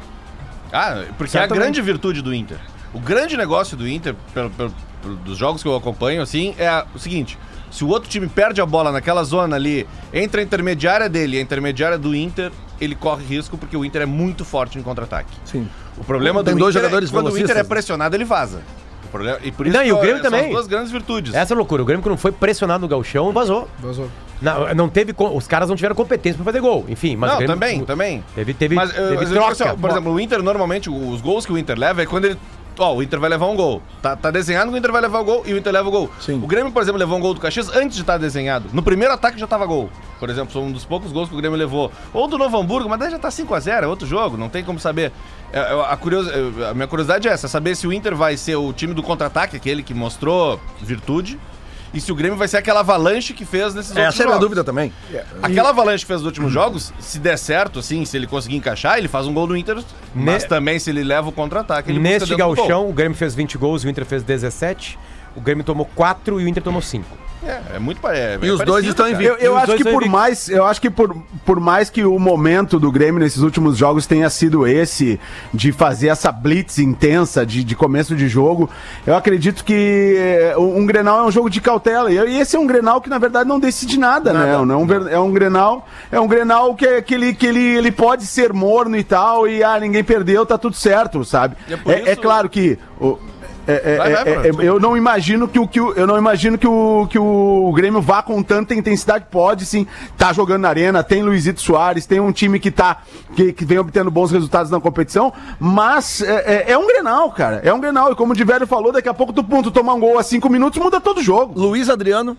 Ah, porque é a Certamente. grande virtude do Inter. O grande negócio do Inter, pelo- pelo- pelo- dos jogos que eu acompanho, assim, é a- o seguinte: se o outro time perde a bola naquela zona ali, entre a intermediária dele e a intermediária do Inter, ele corre risco porque o Inter é muito forte em contra-ataque. Sim. O problema Tem do dois Inter jogadores é que quando o Inter é velocistas. pressionado, ele vaza. O problema, e por isso né? Não, e o que, ó, Grêmio são também. as duas grandes virtudes. Essa é a loucura. O Grêmio que não foi pressionado no Galchão vazou. Vazou. Não, não teve. co- Os caras não tiveram competência pra fazer gol. Enfim, mas. Não, o Grêmio, também, também. Teve, teve, Mas eu- teve mas eu digo troca. assim, ó, por exemplo, o Inter normalmente, os gols que o Inter leva é quando ele. Ó, o Inter vai levar um gol. Tá, tá desenhado que o Inter vai levar o gol e o Inter leva o gol. O Grêmio, por exemplo, levou um gol do Caxias antes de estar desenhado. No primeiro ataque já tava gol. Por exemplo, foi um dos poucos gols que o Grêmio levou. Ou do Novo Hamburgo, mas daí já tá 5x0, é outro jogo, não tem como saber. É, é, A, curiosa- é, a minha curiosidade é essa: saber se o Inter vai ser o time do contra-ataque, aquele que mostrou virtude, e se o Grêmio vai ser aquela avalanche que fez nesses outros Essa é a minha jogos. dúvida também. Aquela avalanche que fez nos últimos jogos, se der certo, assim, se ele conseguir encaixar, ele faz um gol do Inter, mas Ne- também se ele leva o contra-ataque, ele busca Neste dentro do tá gol. Galchão, o Grêmio fez 20 gols, o Inter fez 17. O Grêmio tomou 4 e o Inter tomou 5. É, é muito pare- é, E os dois estão cara. invictos. Eu, eu E os acho dois que são por invictos. mais, eu acho que por, por mais que o momento do Grêmio nesses últimos jogos tenha sido esse de fazer essa blitz intensa de, de começo de jogo, eu acredito que eh, um, um Grenal é um jogo de cautela. E e esse é um Grenal que na verdade não decide nada, né? Não é um, ver- é um Grenal, é um Grenal que, é- que, ele, que ele, ele pode ser morno e tal e ah, ninguém perdeu, tá tudo certo, sabe? E é por É, é isso- claro que o- é- é- Vai, vai, é- Bruno, é- desculpa. eu eu não imagino que o que o, eu não imagino que o que o Grêmio vá com tanta intensidade pode sim tá jogando na arena tem Luizito Soares tem um time que tá que, que vem obtendo bons resultados na competição mas é, é- é um Grenal cara é um Grenal e como o Diverio falou daqui a pouco do ponto tomar um gol a cinco minutos muda todo o jogo Luiz Adriano,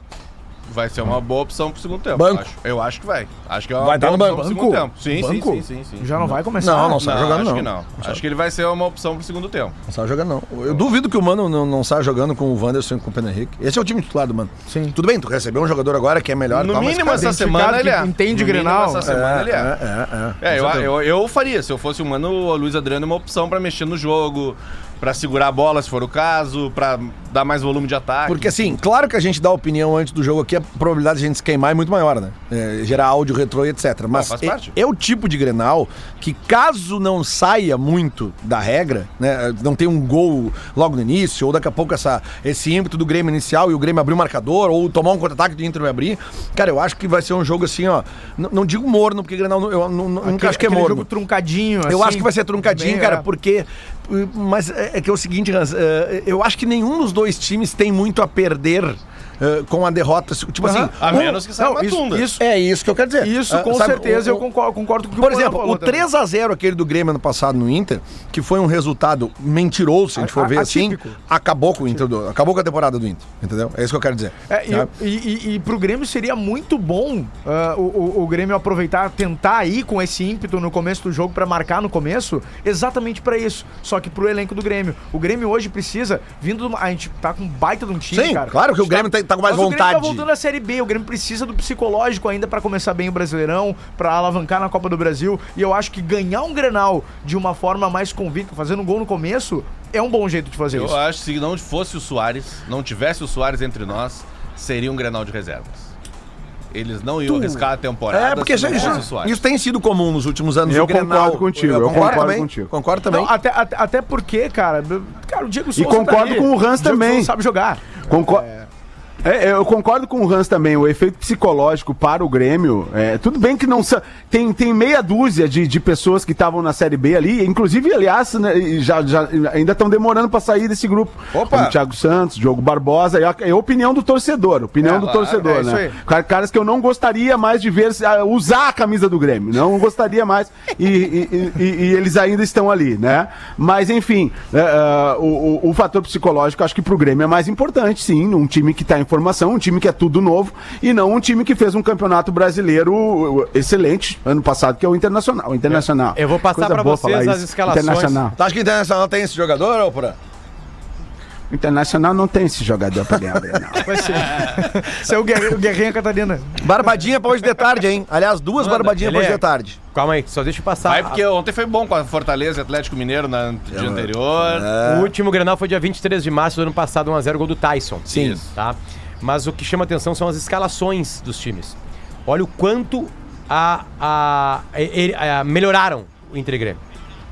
Vai ser uma boa opção pro segundo tempo. Banco. eu Acho. Eu acho que vai. Acho que é uma Vai boa tá no opção banco. pro segundo Banco? tempo. Sim, sim, Banco? sim, sim, sim. Já não, vai começar. Não, não sai Não, jogando acho não. que não. Acho que ele vai ser uma opção pro segundo tempo. Não sai jogando não. Eu duvido que o Mano não, não saia jogando com o Wanderson e com o Pedro Henrique. Esse é o time titular do Mano. Sim. Tudo bem, tu recebeu um jogador agora que é melhor. e No tal, mas, mínimo cara, essa tem- semana que ele é. entende No mínimo Grenal. Essa semana ele é. É, é, é. É, eu, eu, eu faria. Se eu fosse humano, o Luiz Adriano é uma opção pra mexer no jogo, pra segurar a bola, se for o caso, pra dar mais volume de ataque. Porque assim, claro que a gente dá opinião antes do jogo aqui, a probabilidade de a gente se queimar é muito maior, né? É, gerar áudio, retrô e etc. Mas faz é- parte. é, o tipo de Grenal que caso não saia muito da regra, né? Não tem um gol logo no início, ou daqui a pouco essa, esse ímpeto do Grêmio inicial e o Grêmio abrir o marcador, ou tomar um contra-ataque do Inter vai abrir. Cara, eu acho que vai ser um jogo assim, ó. n- Não digo morno, porque Grenal não- eu não- não- nunca Aquele- acho que é aquele morno. jogo truncadinho, Eu assim, acho que vai ser truncadinho, bem, cara, é. porque. Mas é é que é o seguinte, Hans, é, eu acho que nenhum dos dois times tem muito a perder é, com a derrota. Tipo assim. A um- menos que saia Não, uma isso- tunda. isso- É isso que eu quero dizer. Isso, Ah, com sabe, certeza, o- eu concordo, concordo com o que Por Porã exemplo, falou o também. 3 a 0 aquele do Grêmio ano passado no Inter, que foi um resultado mentiroso, se a gente for A- ver atípico. assim, acabou com o Inter, do- acabou com a temporada do Inter, entendeu? É isso que eu quero dizer. É, e, sabe? e, e, e pro Grêmio seria muito bom ah, o, o- o Grêmio aproveitar, tentar ir com esse ímpeto no começo do jogo pra marcar no começo, exatamente pra isso. Só que pro elenco do Grêmio. O Grêmio hoje precisa, vindo de uma- A gente tá com um baita de um time, Sim, cara. claro que o A gente tá- Grêmio tem- tá com mais Mas O vontade. Grêmio tá voltando à Série B. O Grêmio precisa do psicológico ainda pra começar bem o Brasileirão, pra alavancar na Copa do Brasil. E eu acho que ganhar um Grenal de uma forma mais convicta, fazendo um gol no começo, é um bom jeito de fazer Eu isso. acho que se não fosse o Soares, não tivesse o Soares entre nós, seria um Grenal de reservas. Eles não iam arriscar a temporada Ah, É, porque se isso, não fosse o isso, Soares. isso tem sido comum nos últimos anos. Eu o Grenal. concordo contigo, eu concordo também, contigo. Concordo também. Não, até, até, até porque, cara, cara, o Diego Souza. tá concordo com o Hans Diego também. Souza sabe jogar. Concor- É, eu concordo com o Hans também, o efeito psicológico para o Grêmio. é, tudo bem que não sa- tem, tem meia dúzia de, de pessoas que estavam na Série B ali, inclusive, aliás, né, e já, já- ainda estão demorando para sair desse grupo. Opa! Como Thiago Santos, Diogo Barbosa, é a, é a opinião do torcedor, opinião do claro, torcedor, é isso né? aí. Car- Caras que eu não gostaria mais de ver ah, usar a camisa do Grêmio, não gostaria mais, e, e- e- e eles ainda estão ali, né? Mas, enfim, é, ah, o, o- o fator psicológico acho que pro Grêmio é mais importante, sim, um time que tá em formação, um time que é tudo novo, e não um time que fez um campeonato brasileiro uh, excelente ano passado, que é o Internacional. O Internacional. Eu vou passar Coisa pra boa vocês falar as escalações. Internacional. Tu acha que o Internacional tem esse jogador, ou Porã? O Internacional não tem esse jogador pra ganhar, Grenal. Vai ser. Isso é o Guerrinha, o Guerrinha Catarina. Barbadinha pra hoje de tarde, hein? Aliás, duas barbadinhas pra ele hoje é- de tarde. Calma aí, só deixa eu tá passar. Vai porque ontem foi bom com a Fortaleza e Atlético Mineiro É, na, no dia anterior. né? O último Grenal foi dia 23 de março do ano passado, 1x0, gol do Tyson. Sim. Tá? Mas o que chama atenção são as escalações dos times. Olha o quanto a, a, e- e- a- melhoraram o Inter e Grêmio.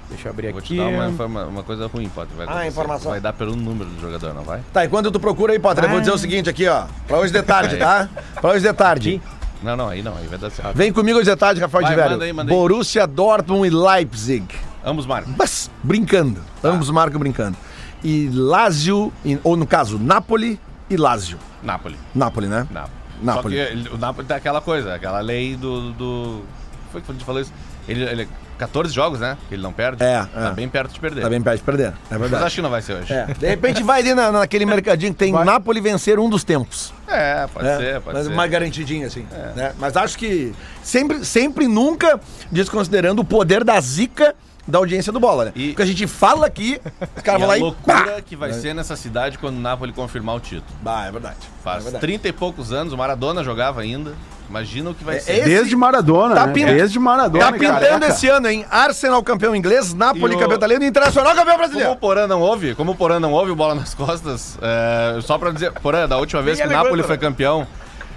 Deixa eu abrir Vou aqui. te (laughs) dar uma, informa- uma coisa ruim, Potter. Vai acontecer. informação. Vai dar pelo número do jogador, não vai? Tá, enquanto tu procura aí, Potter, eu vou dizer o seguinte aqui, ó. Pra hoje de tarde, tá? Pra hoje de tarde. Não, não, aí não, aí vai dar certo. Vem comigo hoje de tarde, Rafael Vai, de Velho. manda aí, manda aí. Borussia, Dortmund e Leipzig. Ambos marcam. Mas brincando. Ambos marcam brincando. E Lazio, e- ou no caso, Napoli e Lazio. Napoli. Napoli, né? Napoli. Napoli. Só que ele- o Napoli tá aquela coisa, aquela lei do. do... Foi que a gente falou isso. Ele, ele- 14 jogos, né? Que ele não perde. É, Tá é. bem perto de perder. Tá bem perto de perder. É Mas verdade. acho que não vai ser hoje. É. De repente vai ali na- naquele mercadinho que tem Napoli vencer um dos tempos. É, pode né? ser, pode mas ser. É. mais garantidinho, assim. né? Mas acho que sempre, sempre nunca desconsiderando o poder da zica da audiência do bola, né? E- Porque a gente fala aqui, os caras vão E a lá e. loucura pá! É. que vai ser nessa cidade quando o Napoli confirmar o título. Bah, é verdade. Faz é verdade. 30 e poucos anos, o Maradona jogava ainda. Imagina o que vai É, ser. esse- Desde Maradona, Tá né? pin- Desde Maradona. Tá cara. pintando esse ano, hein? Arsenal campeão inglês, Napoli E o- campeão italiano e Internacional campeão Como o brasileiro. Porã não ouve, como o Porã não ouve o bola nas costas, é, só pra dizer, Porã, da última vez que o Napoli foi campeão,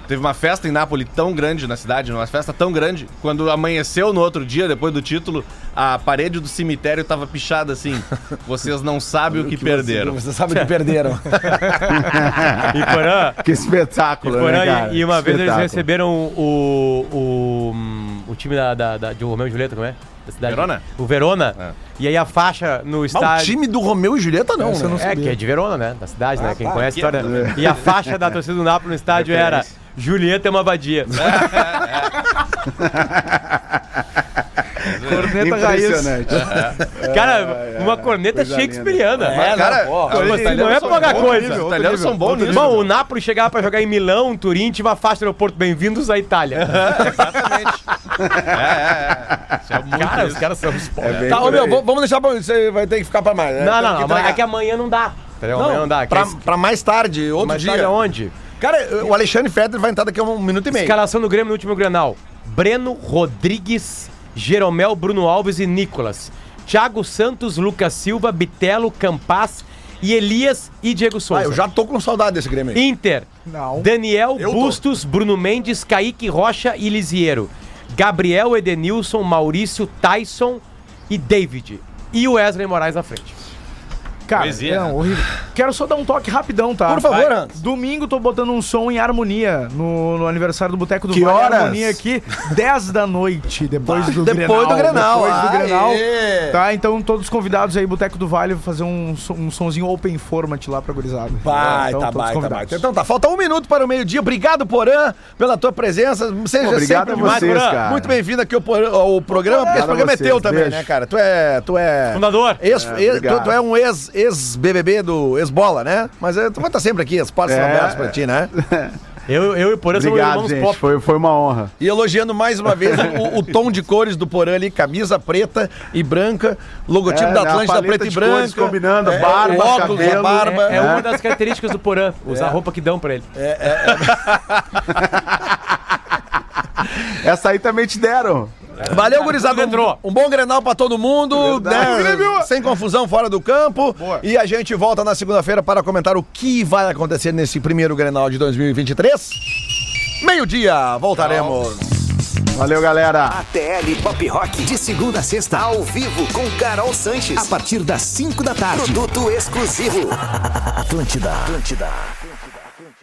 teve uma festa em Nápoles tão grande na cidade, uma festa tão grande, quando amanheceu no outro dia, depois do título, a parede do cemitério tava (laughs) pichada assim. Vocês não sabem o que perderam. Você sabe que (laughs) perderam. Ah, E Porã, Que espetáculo, né, Porã cara? e, e uma vez eles Espetáculo. receberam o, o, hum, o time da, da, da, de Romeu e Julieta, como é? Da cidade. Verona? É. O Verona. E aí a faixa no Mas o estádio. time do Romeu e Julieta não, né? É, que é de Verona, né? Da cidade, né? Quem conhece a história. E a faixa da torcida do Napoli no estádio era Julieta é uma vadia. Corneta raiz. Impressionante. Cara, uma corneta Coisa linda. shakespeariana. É, Cara, porra. os Mas italianos não é são pouca bons coisa. nisso, Os italianos são bons nisso. Bom, o Napoli chegava pra jogar em Milão, Turim, tinha uma faixa no aeroporto. Bem-vindos à Itália. Exatamente. É, é, é. Isso é muito Cara, os isso. caras são esportes. bem Tá, ô por meu, aí. vamos deixar pra. Você vai ter que ficar pra mais, né? Não, Tem não, que não. entregar. É que amanhã não dá. Entendeu? Amanhã não dá. pra, Que é- pra mais tarde, outro Mas dia. olha onde? Cara, o Alexandre Federer vai entrar daqui a um minuto e meio. Escalação do Grêmio no último Granal. Breno Rodrigues, Jeromel, Bruno Alves e Nicolas. Thiago Santos, Lucas Silva, Bitelo, Campaz e Elias e Diego Ah, Souza. é. eu já tô com saudade desse Grêmio aí. Inter. Não. Daniel, Eu tô. Bustos, Bruno Mendes, Kaique Rocha e Lisiero. Gabriel, Edenilson, Maurício, Tyson e David. E o Wesley Moraes na frente. Cara, Poesia, não, né? horrível. Quero só dar um toque rapidão, tá? Por favor, Hans. Domingo tô botando um som em harmonia no, no aniversário do Boteco do Que horas? Harmonia aqui, 10 da noite, depois do Ah, depois Grenal. do Grenal, Depois do aê! Grenal. Tá, então todos convidados aí, Boteco do Vale, vou fazer um, som- um sonzinho open format lá pra gurizada. Vai, Então, tá, todos vai, tá, vai. convidados. Então tá, falta um minuto para o meio-dia. Obrigado, Porã, pela tua presença. Seja Obrigado sempre a vocês, Porã, cara. Muito bem-vindo aqui ao, por- ao programa, porque esse Obrigado a programa é vocês, teu também, beijo. né, cara? Tu é. Tu é. Fundador. Ex, É, ex- tu, obrigado. tu é um ex- ex-BBB do ex-bola, né? Mas é, tu vai estar sempre aqui, as portas são É. abertas pra ti, né? Eu, eu e o Porã somos Obrigado, irmãos gente. pop. Foi, foi uma honra. E elogiando mais uma vez o, o tom de cores do Porã ali, camisa preta e branca, logotipo É, da a Atlântida paleta preta e de cores branca. combinando, é, barba, o óculos, a cabelo, barba. É, é uma das características (laughs) do Porã, usar É. a roupa que dão pra ele. Essa aí também te deram. Valeu, gurizada. entrou. Um, um bom Grenal pra todo mundo, Verdade. né? sem confusão fora do campo. E a gente volta na segunda-feira para comentar o que vai acontecer nesse primeiro Grenal de 2023. Meio-dia, voltaremos. Valeu, galera. ATL Pop Rock. De segunda a sexta, Ao vivo com Carol a Sanches. partir das 5 da tarde. (laughs) Produto exclusivo. Atlântida. Atlântida.